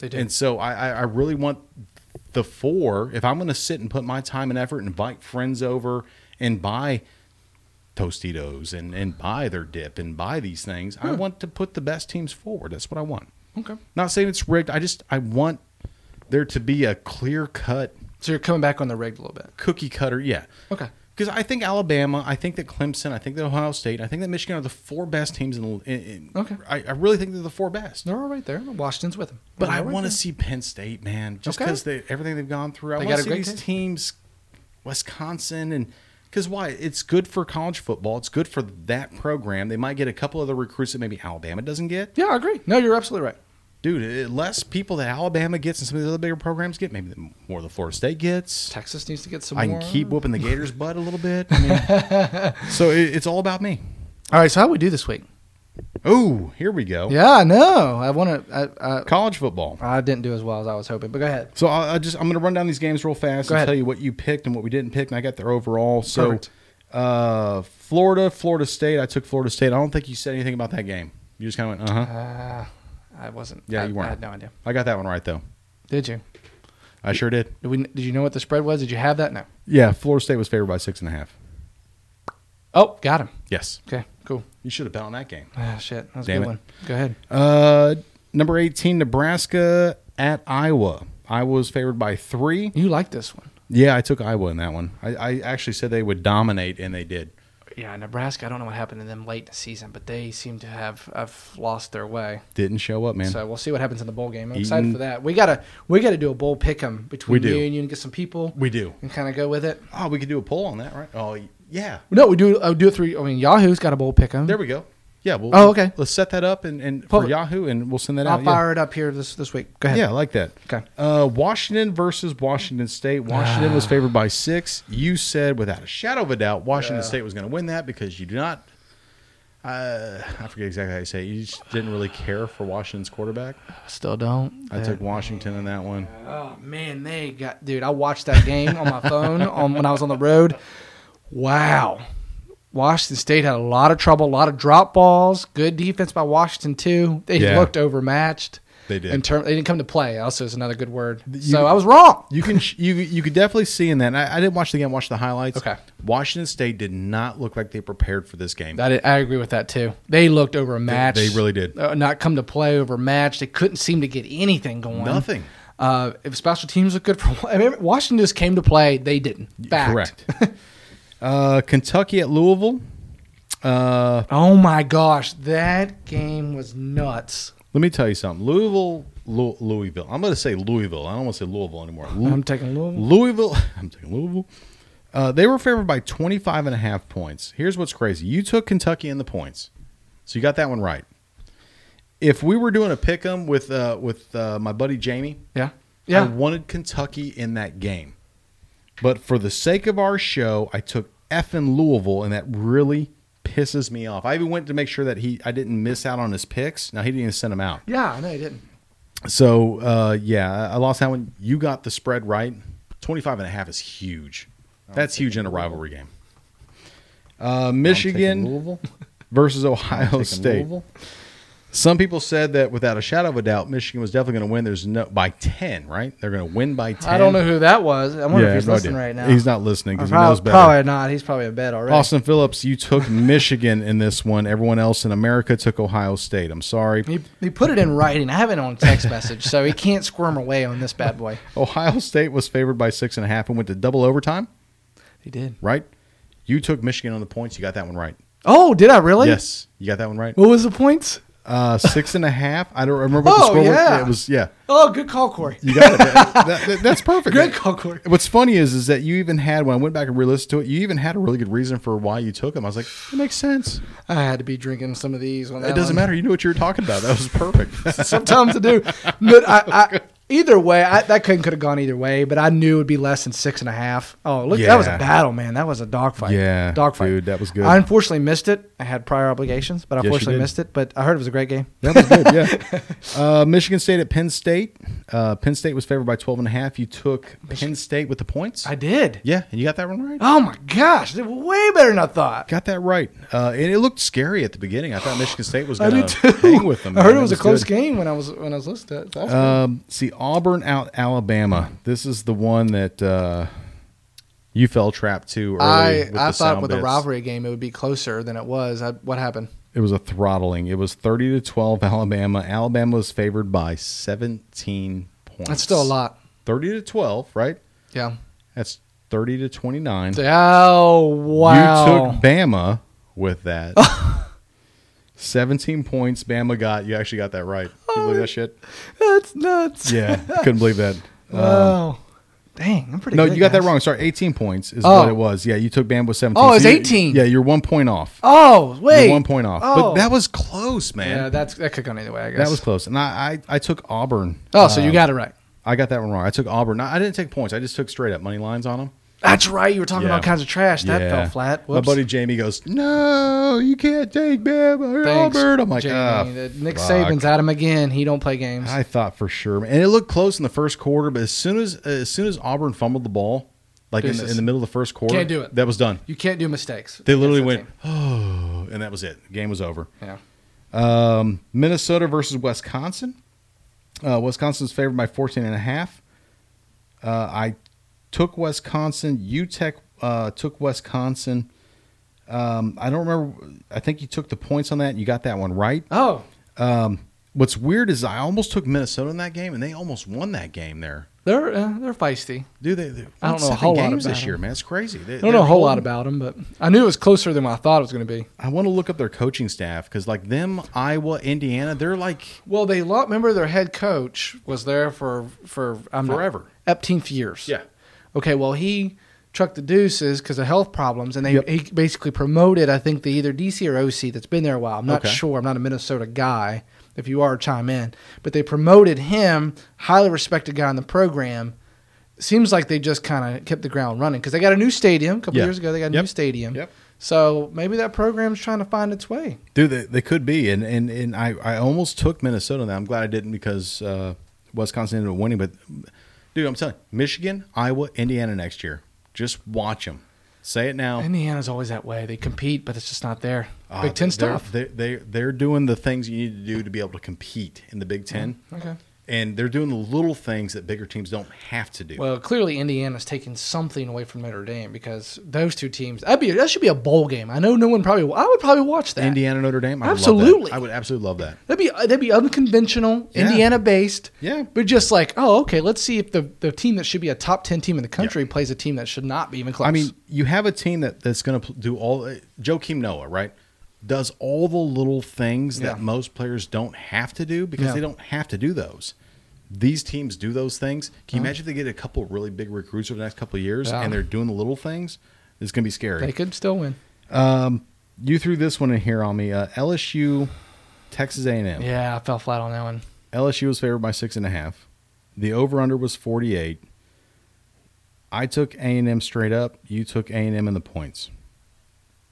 they do.
and so I, I, I really want the four. If I'm going to sit and put my time and effort, and invite friends over, and buy Tostitos and and buy their dip and buy these things, I want to put the best teams forward. That's what I want.
Okay.
Not saying it's rigged. I just I want there to be a clear cut
So you're coming back on the rigged a little bit.
cookie cutter. Yeah.
Okay.
Because I think Alabama, I think that Clemson, I think that Ohio State, I think that Michigan are the four best teams in the. In, in,
Okay.
I, I really think they're the four best.
They're all right there. Washington's with them.
But I
They're all
want to
right
see Penn State, man, just
Okay.
because they everything they've gone through. I
They got
want to
a
see
great
these
team.
teams, Wisconsin, and because why? It's good for college football. It's good for that program. They might get a couple other recruits that maybe Alabama doesn't get.
there. Yeah, I agree. No, you're absolutely right.
Dude, eh, less people that Alabama gets and some of the other bigger programs get, maybe the more the Florida State gets.
Texas needs to get some
I
more.
can keep whooping the Gators' butt a little bit. I mean, so it, it's all about me.
All right, so how we do this week?
Oh, here we go.
Yeah, I know. I want to. I, I,
College football.
I didn't do as well as I was hoping, but go ahead.
So I, I just I'm going to run down these games real fast
Go
and
ahead.
tell you what you picked and what we didn't pick, and I got their overall. So,
Perfect.
uh, Florida, Florida State. I took Florida State. I don't think you said anything about that game. You just kind of went, uh huh.
Uh, I wasn't.
Yeah,
I,
you weren't.
I had no idea.
I got that one right though.
Did you?
I sure did.
Did, we, did you know what the spread was? Did you have that? No.
Yeah, Florida State was favored by six and a half.
Oh, got him.
Yes,
Okay, cool.
you should have bet on that game.
Ah, shit, that was a
Damn it.
good one. Go ahead.
Uh, number eighteen, Nebraska at Iowa. Iowa was favored by three.
You like this one?
Yeah, I took Iowa in that one. I, I actually said they would dominate, and they did.
Yeah, Nebraska. I don't know what happened to them late in the season, but they seem to have have lost their way.
Didn't show up, man.
So we'll see what happens in the bowl game. I'm
Eaton.
excited for that. We gotta we gotta do a bowl pick 'em
We
between
do.
you and you and get some people
we do.
and kind of go with it.
Oh, we could do a poll on that, right? Oh, yeah.
No, we do. I do it through. I mean, Yahoo's got a bowl pick 'em.
There we go. Yeah. Well,
Oh, okay.
Let's set that up and, and for
Perfect.
Yahoo, and we'll send that
I'll
out.
fire it up here this this week. Go
Yeah.
ahead.
yeah, I like that.
Okay.
Uh, Washington versus Washington State. Washington
Ah.
was favored by six. You said without a shadow of a doubt Washington
Yeah.
State was going to win that because you do not. Uh, I forget exactly how you say it. You just didn't really care for Washington's quarterback.
Still don't.
I took Washington in that one.
Oh man, they got dude. I watched that game on my phone on when I was on the road. Wow, Washington State had a lot of trouble, a lot of drop balls. Good defense by Washington too. They
Yeah.
looked overmatched.
They did.
In term, they didn't come to play. Also, is another good word.
you-
so I was wrong.
You can you you could definitely see in that. and I, I didn't watch the game. I watched the highlights.
Okay.
Washington State did not look like they prepared for this game.
I, did- I agree with that too. They looked overmatched.
They- they really did.
Uh, not come to play overmatched. They couldn't seem to get anything going.
Nothing.
Uh, if special teams look good for I mean, Washington just came to play, they didn't. Fact.
Correct. uh, Kentucky at Louisville. Uh,
Oh my gosh, that game was nuts.
let me tell you something. Louisville, Lou- Louisville. I'm going to say Louisville. I don't want to say Louisville anymore. Lou-
I'm taking Louisville.
Louisville. I'm taking Louisville. Uh, they were favored by 25 and a half points. Here's what's crazy. You took Kentucky in the points. So you got that one right. If we were doing a pick 'em with uh, with uh, my buddy Jamie,
Yeah. Yeah.
I wanted Kentucky in that game. But for the sake of our show, I took F in Louisville, and that really pisses me off. I even went to make sure that he I didn't miss out on his picks. Now he didn't even send them out.
yeah, no, you didn't.
So uh, yeah, I I lost that one. You got the spread right. 25 and a half is huge. That's huge in a rivalry game. Uh, Michigan versus Ohio State. Some people said that without a shadow of a doubt, Michigan was definitely going to win. There's no by 10, right? They're going to win by 10.
I don't know who that was. I wonder
I
if he's
have no
listening
idea.
right now.
He's not listening
Or
because he
prob-
knows better.
Probably not. He's probably a bet already.
Austin Phillips, you took Michigan in this one. Everyone else in America took Ohio State. I'm sorry.
He, he put it in writing. I have it on text message, so he can't squirm away on this bad boy.
Ohio State was favored by six and a half and went to double overtime,
He did.
right? You took Michigan on the points. You got that one right.
Oh, did I really?
Yes, you got that one right.
What was the points?
Uh, six and a half. I don't remember what the
Oh,
score was.
yeah.
It was yeah.
Oh, good call, Corey.
You got it. That- that- that's perfect.
Good call, Corey.
What's funny is is that you even had when I went back and re-listened to it, you even had a really good reason for why you took them. I was like, it makes sense.
I had to be drinking some of these. On that
It doesn't
one.
matter. You knew what you were talking about. That was perfect.
Sometimes I do, but I, I either way, I, that couldn't could have gone either way. But I knew it would be less than six and a half. Oh, look, that was
Yeah.
a battle, man. That was a dogfight.
Yeah,
dogfight.
dude, that was good.
I unfortunately missed it. I had prior obligations, but I
Yes, you
unfortunately
did.
missed it. But I heard it was a great game.
That was good, yeah. Uh, Michigan State at Penn State. Uh, Penn State was favored by 12 and a half. You took Penn State with the points.
I did.
yeah, and you got that one right.
Oh my gosh, did way better than I thought.
Got that right. Uh, and it looked scary at the beginning. I thought Michigan State was
I
going
did too.
to hang with them.
I heard
man.
it was, a close
good.
game when I was when I was listening. to it. That's
Um, see, Auburn out Alabama. This is the one that uh, you fell trapped to early.
I
with
I
the
thought
sound
with a
bits.
rivalry game it would be closer than it was. I, what happened?
It was a throttling. It was 30 to 12 Alabama. Alabama was favored by 17 points.
That's still a lot.
30 to 12, right?
Yeah.
That's 30 to 29.
Oh wow.
You took Bama with that. 17 points Bama got. You actually got that right. You believe that shit?
That's nuts.
Yeah. Couldn't believe that.
Wow. Dang, I'm pretty.
No,
good,
you got that
guys.
wrong. Sorry, 18 points is
Oh.
what it was. Yeah, you took Bama with 17.
Oh, it's
you're-
18.
Yeah, you're one point off.
Oh wait,
You're one point off. But
Oh.
that was close, man.
Yeah, that's that could go either way. I guess
that was close. And I, I, I took Auburn.
Oh, so you
Um,
got it right.
I got that one wrong. I took Auburn. I I didn't take points. I just took straight up money lines on them.
That's right. You were talking
Yeah.
all kinds of trash. That
Yeah.
fell flat.
My
Whoops.
buddy Jamie goes, "No, you can't take Bama or
Thanks,
Auburn." I'm like,
Jamie.
"Ah,
The- Nick
fuck."
Saban's at him again. He don't play games.
I thought for sure, and it looked close in the first quarter, but as soon as as soon as Auburn fumbled the ball, like in the,
Deuces.
in the middle of the first quarter,
Can't do it.
That was done.
you can't do mistakes.
They literally went,
against
"Oh," and that was it. The game was over.
that team.
Um, Minnesota versus Wisconsin. Uh, Wisconsin's favored by 14 and a half. Uh, I took Wisconsin. UTEC uh, took Wisconsin. Um, I don't remember. I think you took the points on that. You got that one right.
Yeah. Oh,
Um, What's weird is I almost took Minnesota in that game, and they almost won that game there.
they're uh, they're feisty.
Dude, they, they
I don't
won
know a
seven
whole lot
games
about
this year,
them.
man. It's crazy. They,
I don't know a whole lot about them, but I knew it was closer than what I thought it was going to be.
I want to look up their coaching staff because, like them, Iowa, Indiana, they're like
Well, they lo- remember their head coach was there for for I'm not-
Forever.
Epteenth years.
Yeah.
Okay. Well, he trucked the deuces because of health problems, and they
Yep.
he basically promoted I think the either DC or OC that's been there a while. I'm not
Okay.
sure. I'm not a Minnesota guy. If you are, chime in. But they promoted him, highly respected guy in the program. Seems like they just kind of kept the ground running because they got a new stadium a couple
Yeah.
years ago. They got a
Yep.
new stadium.
Yep.
So maybe that program's trying to find its way.
Dude, they, they could be, and and and I, I almost took Minnesota. Now I'm glad I didn't because uh, Wisconsin ended up winning. But dude, I'm telling you, Michigan, Iowa, Indiana next year. Just watch them. Say it now.
Indiana's always that way. They compete, but it's just not there.
Ah,
Big Ten
they're-
stuff.
They they they're doing the things you need to do to be able to compete in the Big 10
okay.
and they're doing the little things that bigger teams don't have to do.
Well, clearly Indiana's taking something away from Notre Dame because those two teams. That'd be that should be a bowl game. I know no one probably. I would probably watch that.
Indiana Notre Dame, I Would love
Absolutely.
that. I would absolutely love that.
That'd be that'd be unconventional,
Yeah.
Indiana based.
Yeah.
But just like, oh, okay, let's see if the, the team that should be a top ten team in the country plays a team that should not be even close.
I mean, you have a team that that's going to do all uh, Joakim Noah, right? Does all the little things that
Yeah.
most players don't have to do because
Yeah.
they don't have to do those. These teams do those things. Can you imagine if they get a couple really big recruits over the next couple of years
Uh-huh. Yeah.
and they're doing the little things? It's going to be scary.
they could still win.
Um, you threw this one in here on me. Uh, LSU, Texas A&M.
Yeah, I fell flat on that one.
LSU was favored by six and a half. The over under was forty eight. I took A and M straight up. You took A and M in the points.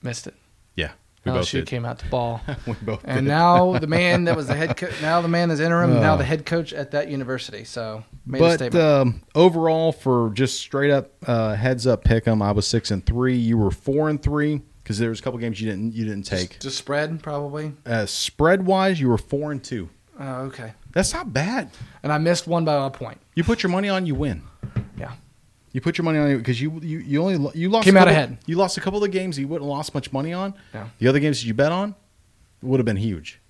Missed it.
Yeah,
LSU came out to ball.
We both
Oh, And
did.
now the man that was the head co- now the man that's interim, now
Uh.
the head coach at that university. So made a
but
statement.
um, overall, for just straight up uh, heads up pick 'em, I was six and three. You were four and three because there was a couple games you didn't you didn't take.
Just spread probably.
Uh, spread wise, you were four and two.
Oh, okay.
That's not bad.
And I missed one by a point.
You put your money on, you win.
Yeah.
You put your money on it because you you you only lo- you lost
Came
a
out
couple-
ahead.
You lost a couple of the games you wouldn't have lost much money on.
Yeah.
The other games that you bet on would have been huge.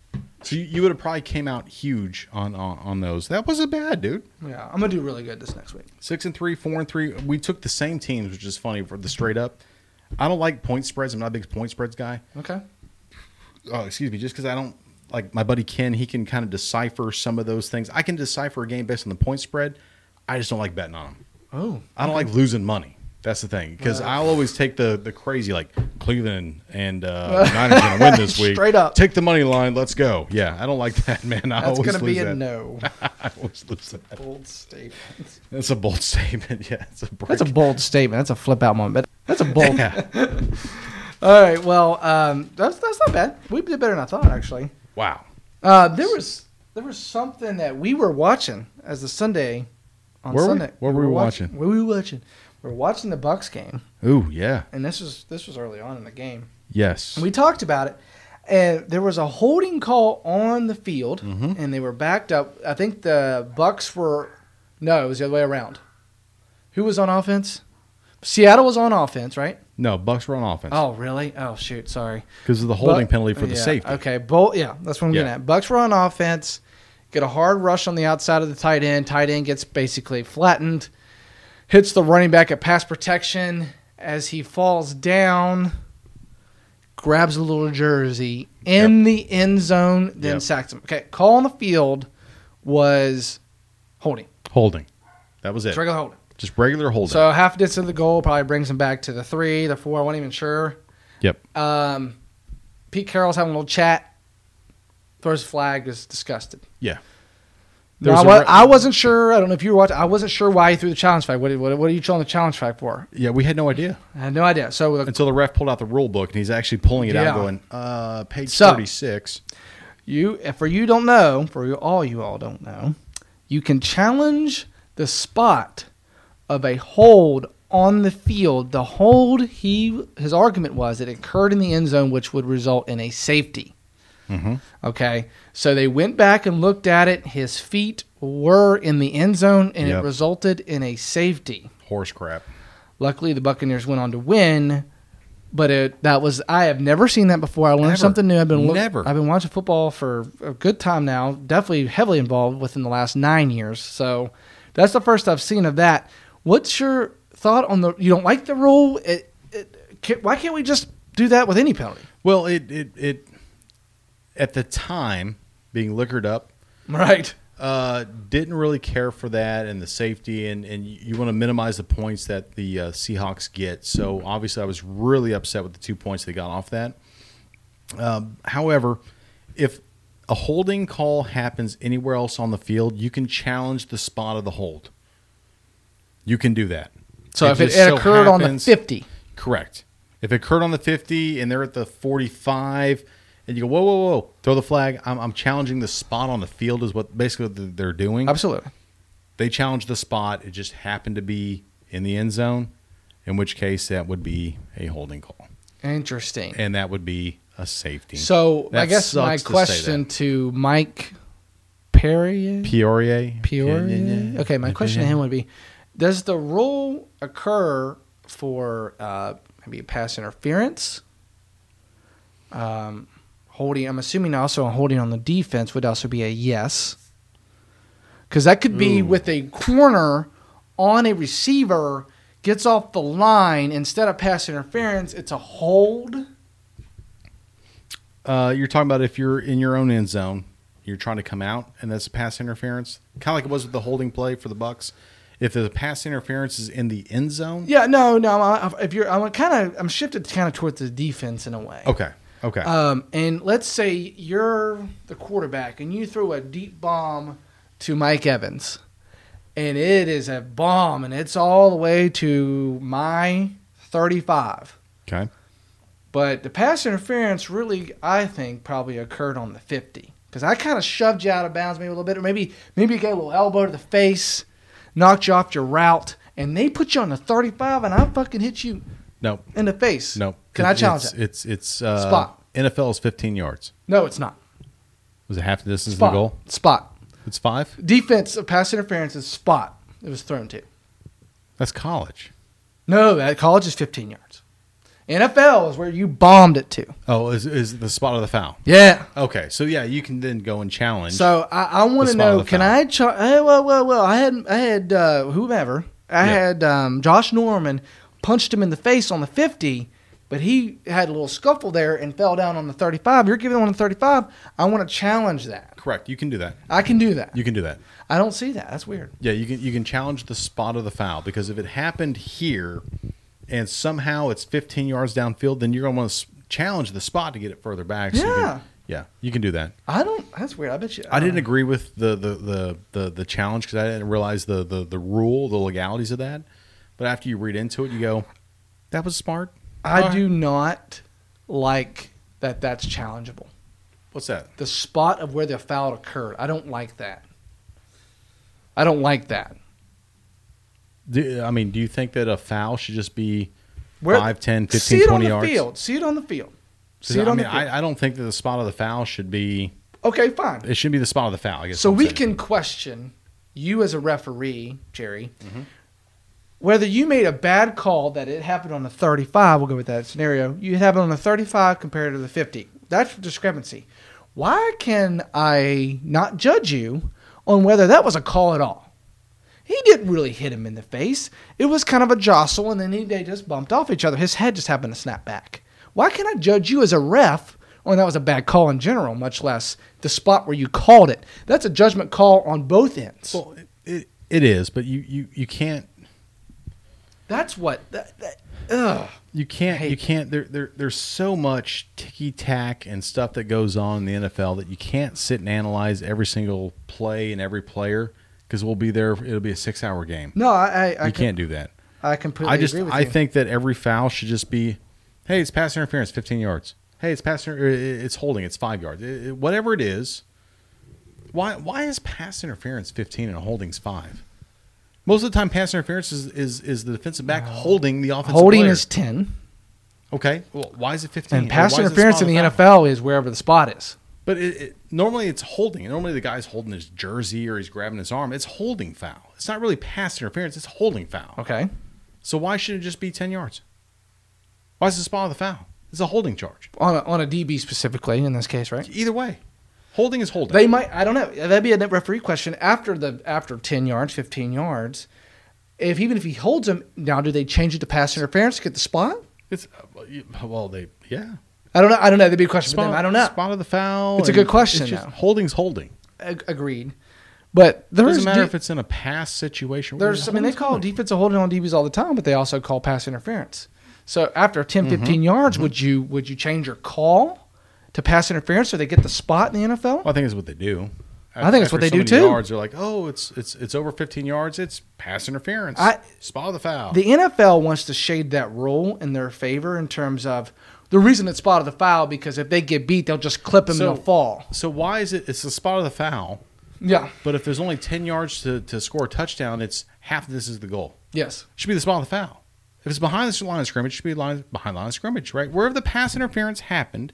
So you, you would have probably came out huge on, on on those. That wasn't bad, dude.
Yeah. I'm gonna do really good this next week.
Six and three, four and three. We took the same teams, which is funny for the straight up. I don't like point spreads. I'm not a big point spreads guy.
Okay.
Oh, excuse me. Just because I don't like my buddy Ken, he can kind of decipher some of those things. I can decipher a game based on the point spread. I just don't like betting on them.
Oh.
I don't like losing money. That's the thing because I'll always take the the crazy like Cleveland and uh, Niners gonna win this week.
Straight up.
take the money line. Let's go. Yeah, I don't like that, man. I
That's
always
gonna
lose
be a
that.
no.
I always lose that.
Bold statement.
That's a bold statement. Yeah, it's a break.
That's a bold statement. That's a flip out moment. That's a bold.
yeah.
All right. Well, um, that's that's not bad. We did better than I thought, actually.
Wow.
Uh, there was there was something that we were watching as the Sunday on
Were we?
Sunday.
What were we watching?
What were we watching? We were watching the Bucks game,
Ooh, yeah.
and this was this was early on in the game.
Yes.
We talked about it, and there was a holding call on the field, and they were backed up. I think the Bucks were no, it was the other way around. Who was on offense? Seattle was on offense, right?
no, Bucks were on offense
Oh, really? Oh, shoot. Sorry.
because of the holding
Bu-
penalty for the
yeah,
safety.
Okay, Bull. Yeah, that's what I'm
Yeah.
getting at. Bucks were on offense, get a hard rush on the outside of the tight end. Tight end gets basically flattened, hits the running back at pass protection as he falls down, grabs a little jersey in the end zone, then
Yep.
sacks him. Okay, call on the field was holding,
Holding. That was it.
it's regular holding.
Just regular holding.
So half distance of the goal probably brings him back to the three, the four. I wasn't even sure.
yep.
Um, Pete Carroll's having a little chat. Throws a flag. Is disgusted.
Yeah.
No,
There was
I,
a
wa-
re-
I wasn't sure. I don't know if you were watching. I wasn't sure why he threw the challenge flag. What, what, what are you throwing the challenge flag for?
yeah, we had no idea
I had no idea. So uh, the-
until the ref pulled out the rule book and he's actually pulling it
Yeah.
out, going, "Uh, page
So-
thirty-six.
you, for you don't know, for you, all you all don't know, you can challenge the spot of a hold on the field. The hold he his argument was that it occurred in the end zone, which would result in a safety.
Mm-hmm.
Okay. So they went back and looked at it. His feet were in the end zone and
Yep.
it resulted in a safety.
Horse crap.
Luckily, the Buccaneers went on to win. But it, that was I have never seen that before. I learned
Never.
something new. I've been look-
Never.
I've been watching football for a good time now. Definitely heavily involved within the last nine years. So that's the first I've seen of that. What's your thought on the? You don't like the rule? It, it, can, why can't we just do that with any penalty?
Well, it it it at the time being liquored up,
Right.
uh, didn't really care for that and the safety, and, and you want to minimize the points that the uh, Seahawks get. So obviously, I was really upset with the two points they got off that. Um, however, if a holding call happens anywhere else on the field, you can challenge the spot of the hold. You can do that.
So if it,
just
it
so
occurred on the
happens-
fifty,
Correct. If it occurred on the 50 and they're at the 45 and you go, whoa, whoa, whoa, throw the flag, I'm, I'm challenging the spot on the field, is what basically what they're doing.
absolutely.
They challenged the spot. It just happened to be in the end zone. in which case that would be a holding call,
Interesting.
and that would be a safety.
So I
That
guess my
sucks to say that.
question to Mike Perrier.
Peoria.
Peoria.
Yeah, yeah, yeah.
Okay, my
Yeah,
question to
yeah,
him would be: Does the rule occur for uh, maybe pass interference? Um, holding. I'm assuming also a holding on the defense would also be a yes, because that could be
Ooh.
with a corner on a receiver gets off the line instead of pass interference. It's a hold.
yeah. Uh, you're talking about if you're in your own end zone, you're trying to come out, and that's a pass interference, kind of like it was with the holding play for the Bucks. If the pass interference is in the end zone,
Yeah, no, no. I, if you're, I'm kind of, I'm shifted kind of towards the defense in a way.
okay, okay,
Um, and let's say you're the quarterback and you throw a deep bomb to Mike Evans, and it is a bomb and it's all the way to my 35.
okay,
But the pass interference really, I think, probably occurred on the 50 because I kind of shoved you out of bounds maybe a little bit, or maybe maybe you got a little elbow to the face, knocked you off your route, and they put you on the 35, and I fucking hit you
no,
in the face.
no.
Can
It-
I challenge
it's,
that?
It's it's uh,
Spot.
NFL is 15 yards.
No, it's not.
Was it half the distance of
Spot.
the goal?
Spot.
It's five.
defense of pass interference is spot it was thrown to.
That's college.
No, that college is 15 yards. NFL is where you bombed it to.
Oh, is is the spot of the foul?
Yeah.
Okay, so yeah, you can then go and challenge.
So I, I want
The
to
spot of
know
the
can
foul.
I char- hey, well well well I had I had uh, whomever I
Yeah.
had um, Josh Norman punched him in the face on the 50 but he had a little scuffle there and fell down on the 35 you're giving him on the 35 I want to challenge that
correct, you can do that.
I can do that
You can do that.
I don't see that that's weird
Yeah, you can you can challenge the spot of the foul because if it happened here, and somehow it's 15 yards downfield, then you're going to want to challenge the spot to get it further back. you can-
Yeah.
yeah, you can do that.
I don't that's weird I bet you
I didn't agree with the the the the, the challenge because I didn't realize the, the the rule, the legalities of that. But after you read into it, you go, that was smart.
I
Alright.
do not like that that's challengeable.
What's that?
The spot of where the foul occurred, I don't like that. I don't like that.
Do, I mean, do you think that a foul should just be
Where,
five, 10, 15,
see it
20
on
yards?
the field. See it on the field. See
I
it on
mean,
the field.
I, I don't think that the spot of the foul should be.
okay, fine.
It should be the spot of the foul. I guess.
So
is what
we
I'm saying.
can question you as a referee, Jerry, whether you made a bad call that it happened on the 35. We'll go with that scenario. You have it on the 35 compared to the 50. That's a discrepancy. Why can I not judge you on whether that was a call at all? He didn't really hit him in the face. It was kind of a jostle, and then he, they just bumped off each other. His head just happened to snap back. Why can't I judge you as a ref on that was a bad call in general, much less the spot where you called it? That's a judgment call on both ends.
Well, it, it, it is, but you, you, you can't
That's what. That, that, ugh.
you can't
Hey.
you can't there, there there's so much ticky tack and stuff that goes on in the NFL that you can't sit and analyze every single play and every player because we'll be there. It'll be a six hour game.
No, I I, I,
you
com-
can't do that.
I completely
I just
agree with
I
you.
think that every foul should just be, hey, it's pass interference, fifteen yards. Hey, it's pass, inter- it's holding, it's five yards. It- it- whatever it is, why why is pass interference fifteen and holding's five? Most of the time, pass interference is is, is the defensive back holding the offensive
holding
player.
is 10,
okay. Well, why is it fifteen?
and
Or
pass
why is it
interference
spot
in the
on foul?
NFL is wherever the spot is.
But it, it, normally it's holding. Normally the guy's holding his jersey or he's grabbing his arm. It's holding foul. It's not really pass interference. It's holding foul.
Okay.
So why should it just be 10 yards? Why is it spot of the foul? It's a holding charge.
On a, on a DB specifically in this case, right?
Either way, holding is holding.
They might. I don't know. That'd be a net referee question after the after ten yards, fifteen yards. If even if he holds him now, do they change it to pass interference to get the spot?
it's well, you- well, they yeah.
I don't know. I don't know. That'd be a question for them. I don't know.
Spot of the foul.
It's a
and
good question,
just-
though.
holding's holding.
Ag- Agreed. But there
doesn't
is
matter
de-
if it's in a pass situation.
there's. I mean, they
Holding's
call
holding.
defensive holding on DBs all the time, but they also call pass interference. So after 10, 15
Mm-hmm.
yards, would you would you change your call to pass interference so they get the spot in the NFL?
Well, I think it's what they do.
I think it's
After
what they
so
do,
many
too.
Yards, they're like, oh, it's it's it's over 15 yards. It's pass interference.
I-
spot of the foul.
The NFL wants to shade that rule in their favor in terms of the reason it's spot of the foul because if they get beat, they'll just clip him
So-
and they'll fall.
so why is it? It's the spot of the foul.
Yeah.
But if there's only 10 yards to, to score a touchdown, it's half of this is the goal.
Yes.
Should be the spot of the foul. If it's behind the line of scrimmage, it should be line, behind the line of scrimmage, right? Wherever the pass interference happened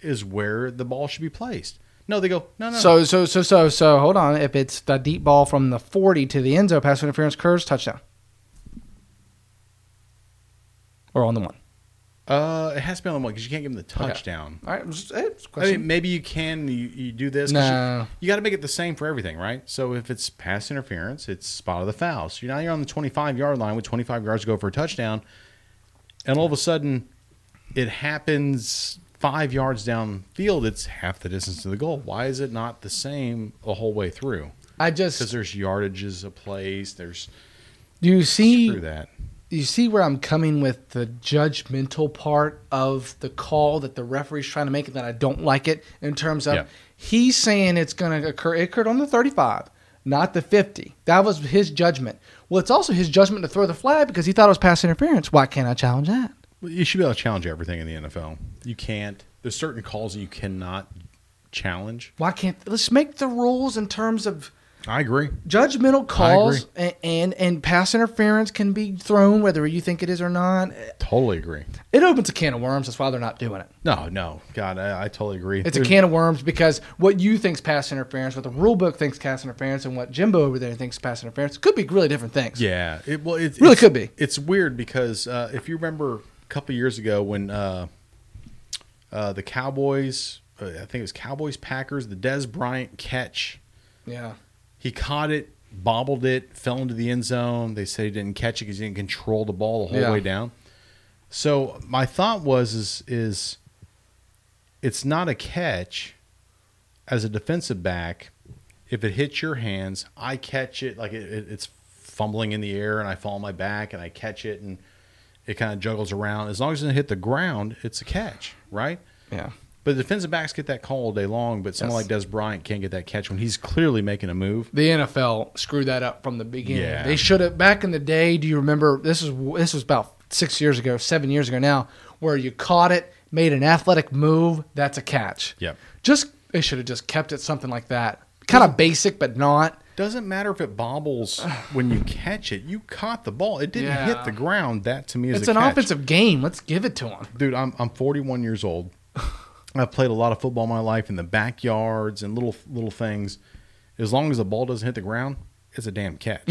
is where the ball should be placed. No, they go, no, no.
So so so so so hold on. If it's the deep ball from the forty to the end zone, pass interference curves touchdown, or on the one.
uh, it has to be on the one because you can't give them the touchdown.
All right, it's, it's a
I
question.
mean, maybe you can. You, you do this. 'cause
No.
You, got to make it the same for everything, right? So if it's pass interference, it's spot of the foul. So now you're on the 25 yard line with 25 yards to go for a touchdown, and all of a sudden, it happens five yards downfield. It's half the distance to the goal. Why is it not the same the whole way through?
I
Because
just
there's yardages of plays. There's
do you see
screw that.
you see where I'm coming with the judgmental part of the call that the referee's trying to make and that I don't like it in terms of
Yeah.
he's saying it's going to occur. It occurred on the 35, not the 50. That was his judgment. Well, it's also his judgment to throw the flag because he thought it was pass interference. Why can't I challenge that?
Well, You should be able to challenge everything in the NFL. You can't. There's certain calls that you cannot challenge.
Why can't let's make the rules in terms of
I agree.
judgmental calls and, and and pass interference can be thrown whether you think it is or not.
Totally agree.
It opens a can of worms. That's why they're not doing it.
No, no, God, I, I totally agree.
It's a can of worms because what you think's pass interference, what the rule book thinks pass interference, and what Jimbo over there thinks pass interference could be really different things.
Yeah, it well, it
Really
it's-
could be.
It's weird because uh, if you remember a couple years ago when uh, uh, the Cowboys, uh, I think it was Cowboys Packers, the Des Bryant catch,
Yeah.
he caught it, bobbled it, fell into the end zone. They said he didn't catch it because he didn't control the ball the whole
Yeah.
way down. So my thought was is is it's not a catch as a defensive back. If it hits your hands, I catch it like it, it, it's fumbling in the air, and I fall on my back, and I catch it, and it kind of juggles around. As long as it doesn't hit the ground, it's a catch, right?
Yeah.
But defensive backs get that call all day long, but someone
Yes.
like Des Bryant can't get that catch when he's clearly making a move.
The NFL screwed that up from the beginning.
Yeah.
They should have back in the day. Do you remember? This is this was about six years ago, seven years ago now, where you caught it, made an athletic move. That's a catch.
Yep.
Just they should have just kept it something like that. Kind of basic, but not.
Doesn't matter if it bobbles when you catch it. You caught the ball. It didn't
Yeah.
hit the ground. That to me is
It's
a
an
catch.
offensive game. Let's give it to them.
Dude, I'm I'm 41 years old. I've played a lot of football in my life in the backyards and little little things. As long as the ball doesn't hit the ground, it's a damn catch.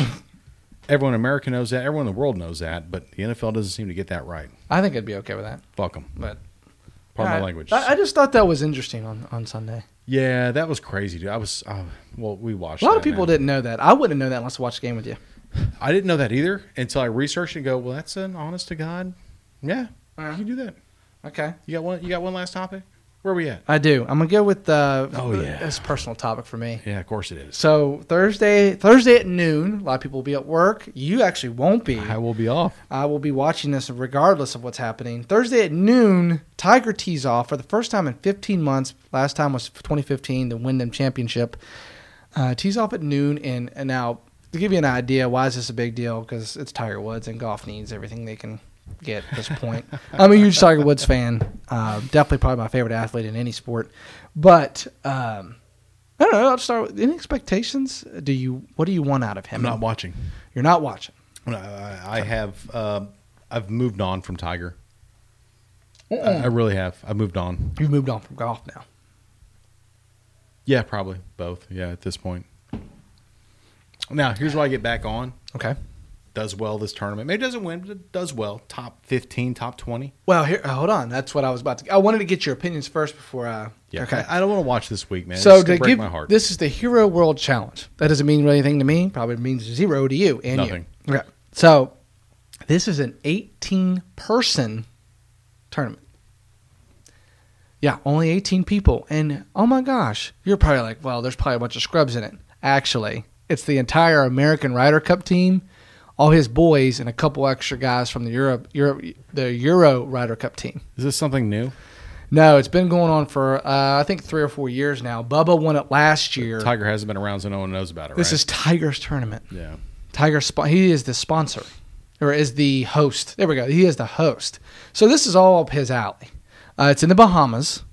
Everyone in America knows that. Everyone in the world knows that. But the NFL doesn't seem to get that right.
I think I'd be okay with that.
Fuck them.
But
Pardon
I-
my language.
I, I just thought that was interesting on, on Sunday.
yeah, that was crazy, dude. I was uh, well, we watched.
A lot
that,
of people
man.
didn't know that. I wouldn't know that unless I watched the game with you.
I didn't know that either until I researched and go, well, that's an honest to God. Yeah,
Uh.
you can do that.
Okay.
You got one. You got one last topic. Where are we at?
I do. I'm gonna go with uh,
Oh, yeah.
It's a personal topic for me.
Yeah, of course it is.
So Thursday, Thursday at noon, a lot of people will be at work. You actually won't be.
I will be off.
I will be watching this regardless of what's happening. Thursday at noon, Tiger tees off for the first time in 15 months. Last time was 2015, the Wyndham Championship. Uh, tees off at noon, and, and now to give you an idea, why is this a big deal? Because it's Tiger Woods, and golf needs everything they can get at this point. I'm a huge Tiger Woods fan. Uh, definitely, probably my favorite athlete in any sport. But um, I don't know. I'll start with any expectations. Do you? What do you want out of him?
I'm not watching.
You're not watching.
I- I, I have. Uh, I've moved on from Tiger. I,
Mm.
I really have. I moved on.
Uh, You've moved on from golf now.
Yeah, probably both. Yeah, at this point. Now here's where I get back on.
Okay.
Does well this tournament. Maybe doesn't win, but it does well. Top fifteen, top twenty.
Well, here, uh, hold on. That's what I was about to. I wanted to get your opinions first before I.
Yeah.
Okay.
I, I don't want to watch this week, man.
so
it's gonna
to
break
give
my heart.
this is the Hero World Challenge. That doesn't mean anything to me. Probably means zero to you and
Nothing.
you. Okay. So this is an 18 person tournament. Yeah, only 18 people, and oh my gosh, you're probably like, well, there's probably a bunch of scrubs in it. Actually, it's the entire American Ryder Cup team, all his boys, and a couple extra guys from the Europe, Europe the Euro Ryder Cup team.
is this something new?
No, it's been going on for uh, I think three or four years now. Bubba won it last year.
Tiger hasn't been around, so no one knows about it.
this
right?
is Tiger's tournament.
yeah.
Tiger, spo- he is the sponsor, or is the host. There we go. He is the host. So this is all up his alley. Uh, it's in the Bahamas.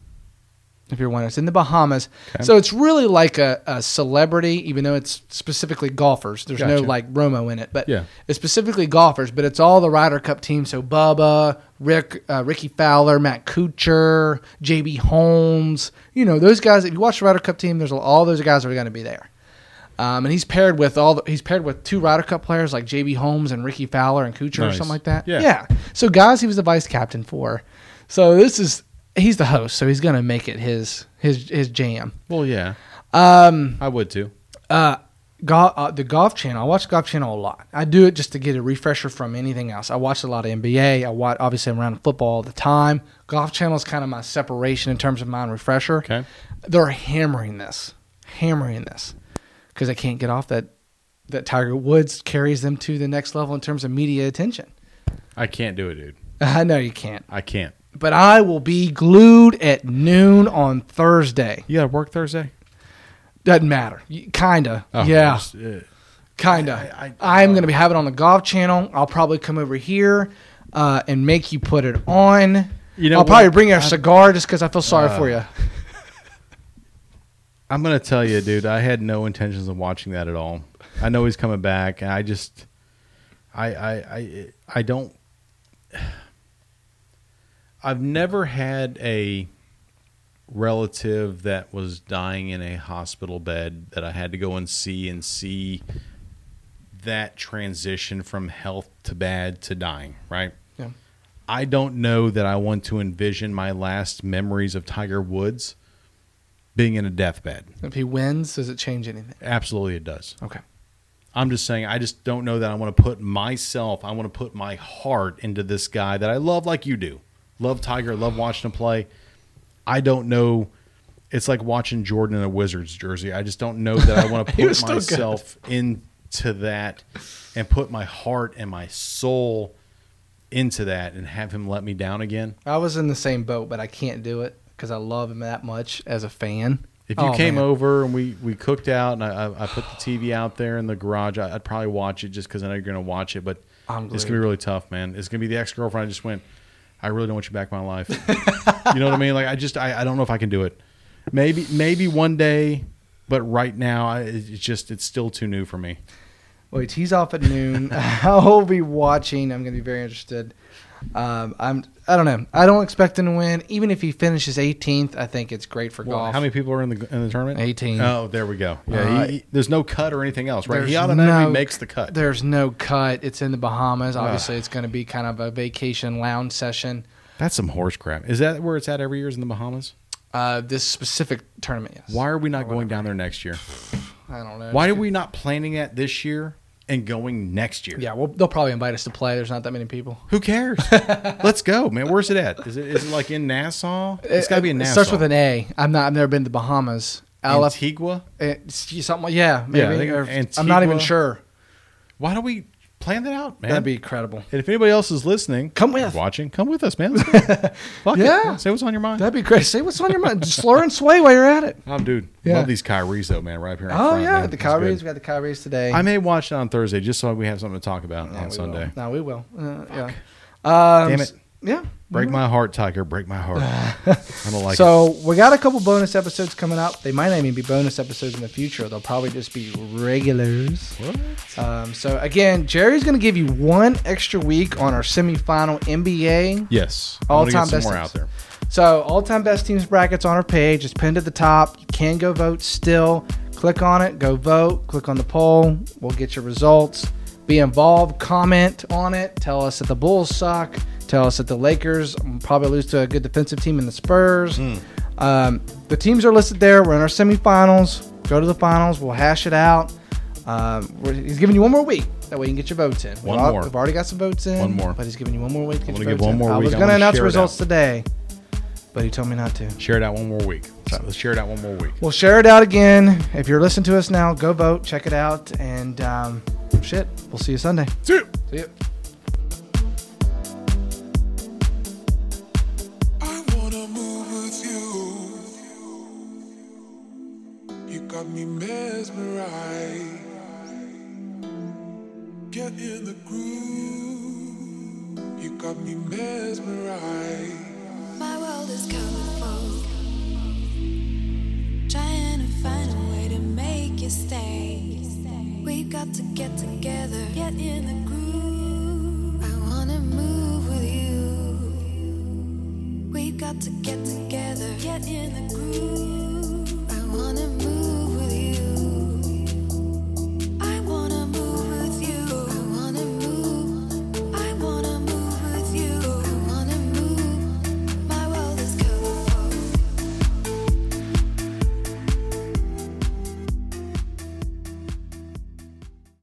if you're wondering. It's in the Bahamas. So it's really like a, a celebrity, even though it's specifically golfers. There's no
Gotcha.
like Romo in it, but
Yeah.
it's specifically golfers. But it's all the Ryder Cup team. So Bubba, Rick, uh, Ricky Fowler, Matt Kuchar, J.B. Holmes. You know those guys. If you watch the Ryder Cup team, there's all those guys are going to be there. Um, and he's paired with all the, he's paired with two Ryder Cup players like J.B. Holmes and Ricky Fowler and Kuchar or
Nice.
something like that.
Yeah.
yeah. So guys, he was the vice captain for. So this is he's the host, so he's gonna make it his his his jam.
Well, yeah. Um, I would too.
Go- uh, the golf channel. I watch golf channel a lot. I do it just to get a refresher from anything else. I watch a lot of NBA. I watch obviously I'm around football all the time. Golf channel is kind of my separation in terms of my refresher.
Okay.
they're hammering this, hammering this, because I can't get off that that Tiger Woods carries them to the next level in terms of media attention.
I can't do it, dude.
I know you can't,
I can't.
but I will be glued at noon on Thursday.
You got to work Thursday.
Doesn't matter. Y- Kinda.
Oh,
yeah.
just, uh,
Kinda.
I- I-
I, am going to be having it on the golf channel. I'll probably come over here uh, and make you put it on.
You know
I'll probably
what? Uh.
bring you a cigar just because I feel sorry for you.
I'm gonna tell you, dude. I had no intentions of watching that at all. I know he's coming back, and I just, I, I, I, I don't. I've never had a relative that was dying in a hospital bed that I had to go and see and see that transition from health to bad to dying, right?
Yeah.
I don't know that I want to envision my last memories of Tiger Woods being in a deathbed.
If he wins, does it change anything?
Absolutely, it does.
Okay.
I'm just saying, I just don't know that I want to put myself, I want to put my heart into this guy that I love like you do. Love Tiger, love watching him play. I don't know. It's like watching Jordan in a Wizards jersey. I just don't know that I want to
He was
put
still good.
myself into that and put my heart and my soul into that and have him let me down again.
I was in the same boat, but I can't do it because I love him that much as a fan.
If you
Oh,
came
man.
over and we, we cooked out and I, I, I put the TV out there in the garage, I, I'd probably watch it just because I know you're going to watch it. But
I'm
it's
glued.
going to be really tough, man. It's going to be the ex girlfriend. I just went, I really don't want you back in my life. you know what I mean? Like, I just, I, I don't know if I can do it. Maybe, maybe one day, but right now, I, it's just, it's still too new for me.
Wait, he's off at noon. I'll be watching. I'm going to be very interested. Um, I'm. I don't know. I don't expect him to win. Even if he finishes 18th, I think it's great for golf.
How many people are in the in the tournament?
18.
Oh, there we go. Yeah,
Uh,
he, he- there's no cut or anything else, right? He
There's
automatically
no-
makes the cut.
There's no cut. It's in the Bahamas. Obviously, it's going to be kind of a vacation lounge session.
That's some horse crap. Is that where it's at every year? Is in the Bahamas?
Uh, this specific tournament, yes.
Why are we not going down there next year?
I don't know.
Why are we not planning that this year and going next year?
Yeah, well, they'll probably invite us to play. There's not that many people.
Who cares? Let's go, man. Where's it at? Is it is it like in Nassau? It's got to be in
It
Nassau.
starts with an A. I'm not. I've never been to the Bahamas. Alef-
Antigua.
It's something like, yeah, maybe.
I think
or-
Antigua.
I'm not even sure.
Why don't we plan that out, man?
That'd be incredible.
and if anybody else is listening,
Come with.
watching. Come with us, man. Let's go. Fuck it.
Yeah.
Say what's on your mind.
That'd be great. Say what's on your mind. Slur and sway while you're at it.
I'm dude.
Yeah.
Love these Kyries though, man. Right here. in
Oh
front,
yeah,
man.
the
It's good.
Kyries. We got the Kyries today.
I may watch it on Thursday just so we have something to talk about
No,
on
Oh, we
Sunday.
Will. No, we will. Uh, yeah. Um,
Damn it.
Yeah.
Break my heart, Tiger. Break my heart. I don't like it.
so we got a couple bonus episodes coming up. They might not even be bonus episodes in the future. They'll probably just be regulars. Um, so again, Jerry's going to give you one extra week on our semifinal NBA.
Yes. I'm
All
gonna get
time
some
best
more
teams.
out there.
So all-time best teams brackets on our page. It's pinned at the top. You can go vote still. Click on it. Go vote. Click on the poll. We'll get your results. Be involved. Comment on it. Tell us that the Bulls suck. Tell us that the Lakers will probably lose to a good defensive team in the Spurs.
Hmm.
Um, the teams are listed there. We're in our semifinals. Go to the finals. We'll hash it out. Um, we're- he's giving you one more week. That way you can get your votes in.
One
We've al-
more.
We've already got some votes in.
One more.
But he's giving you one more week to get
I'm
your
gonna give
votes
one
in.
more
I
week.
was
I
going to
wanna
announce
share it
results
out.
today but he told me not to.
Share it out one more week. So let's share it out one more week.
We'll share it out again. If you're listening to us now, go vote, check it out, and um, shit, we'll see you Sunday. See you.
I wanna move with you. You got me mesmerized. Get in the groove. You got me mesmerized.
My world is colorful. biggest thing. We got to get together, get in the groove. I wanna move with you. We got to get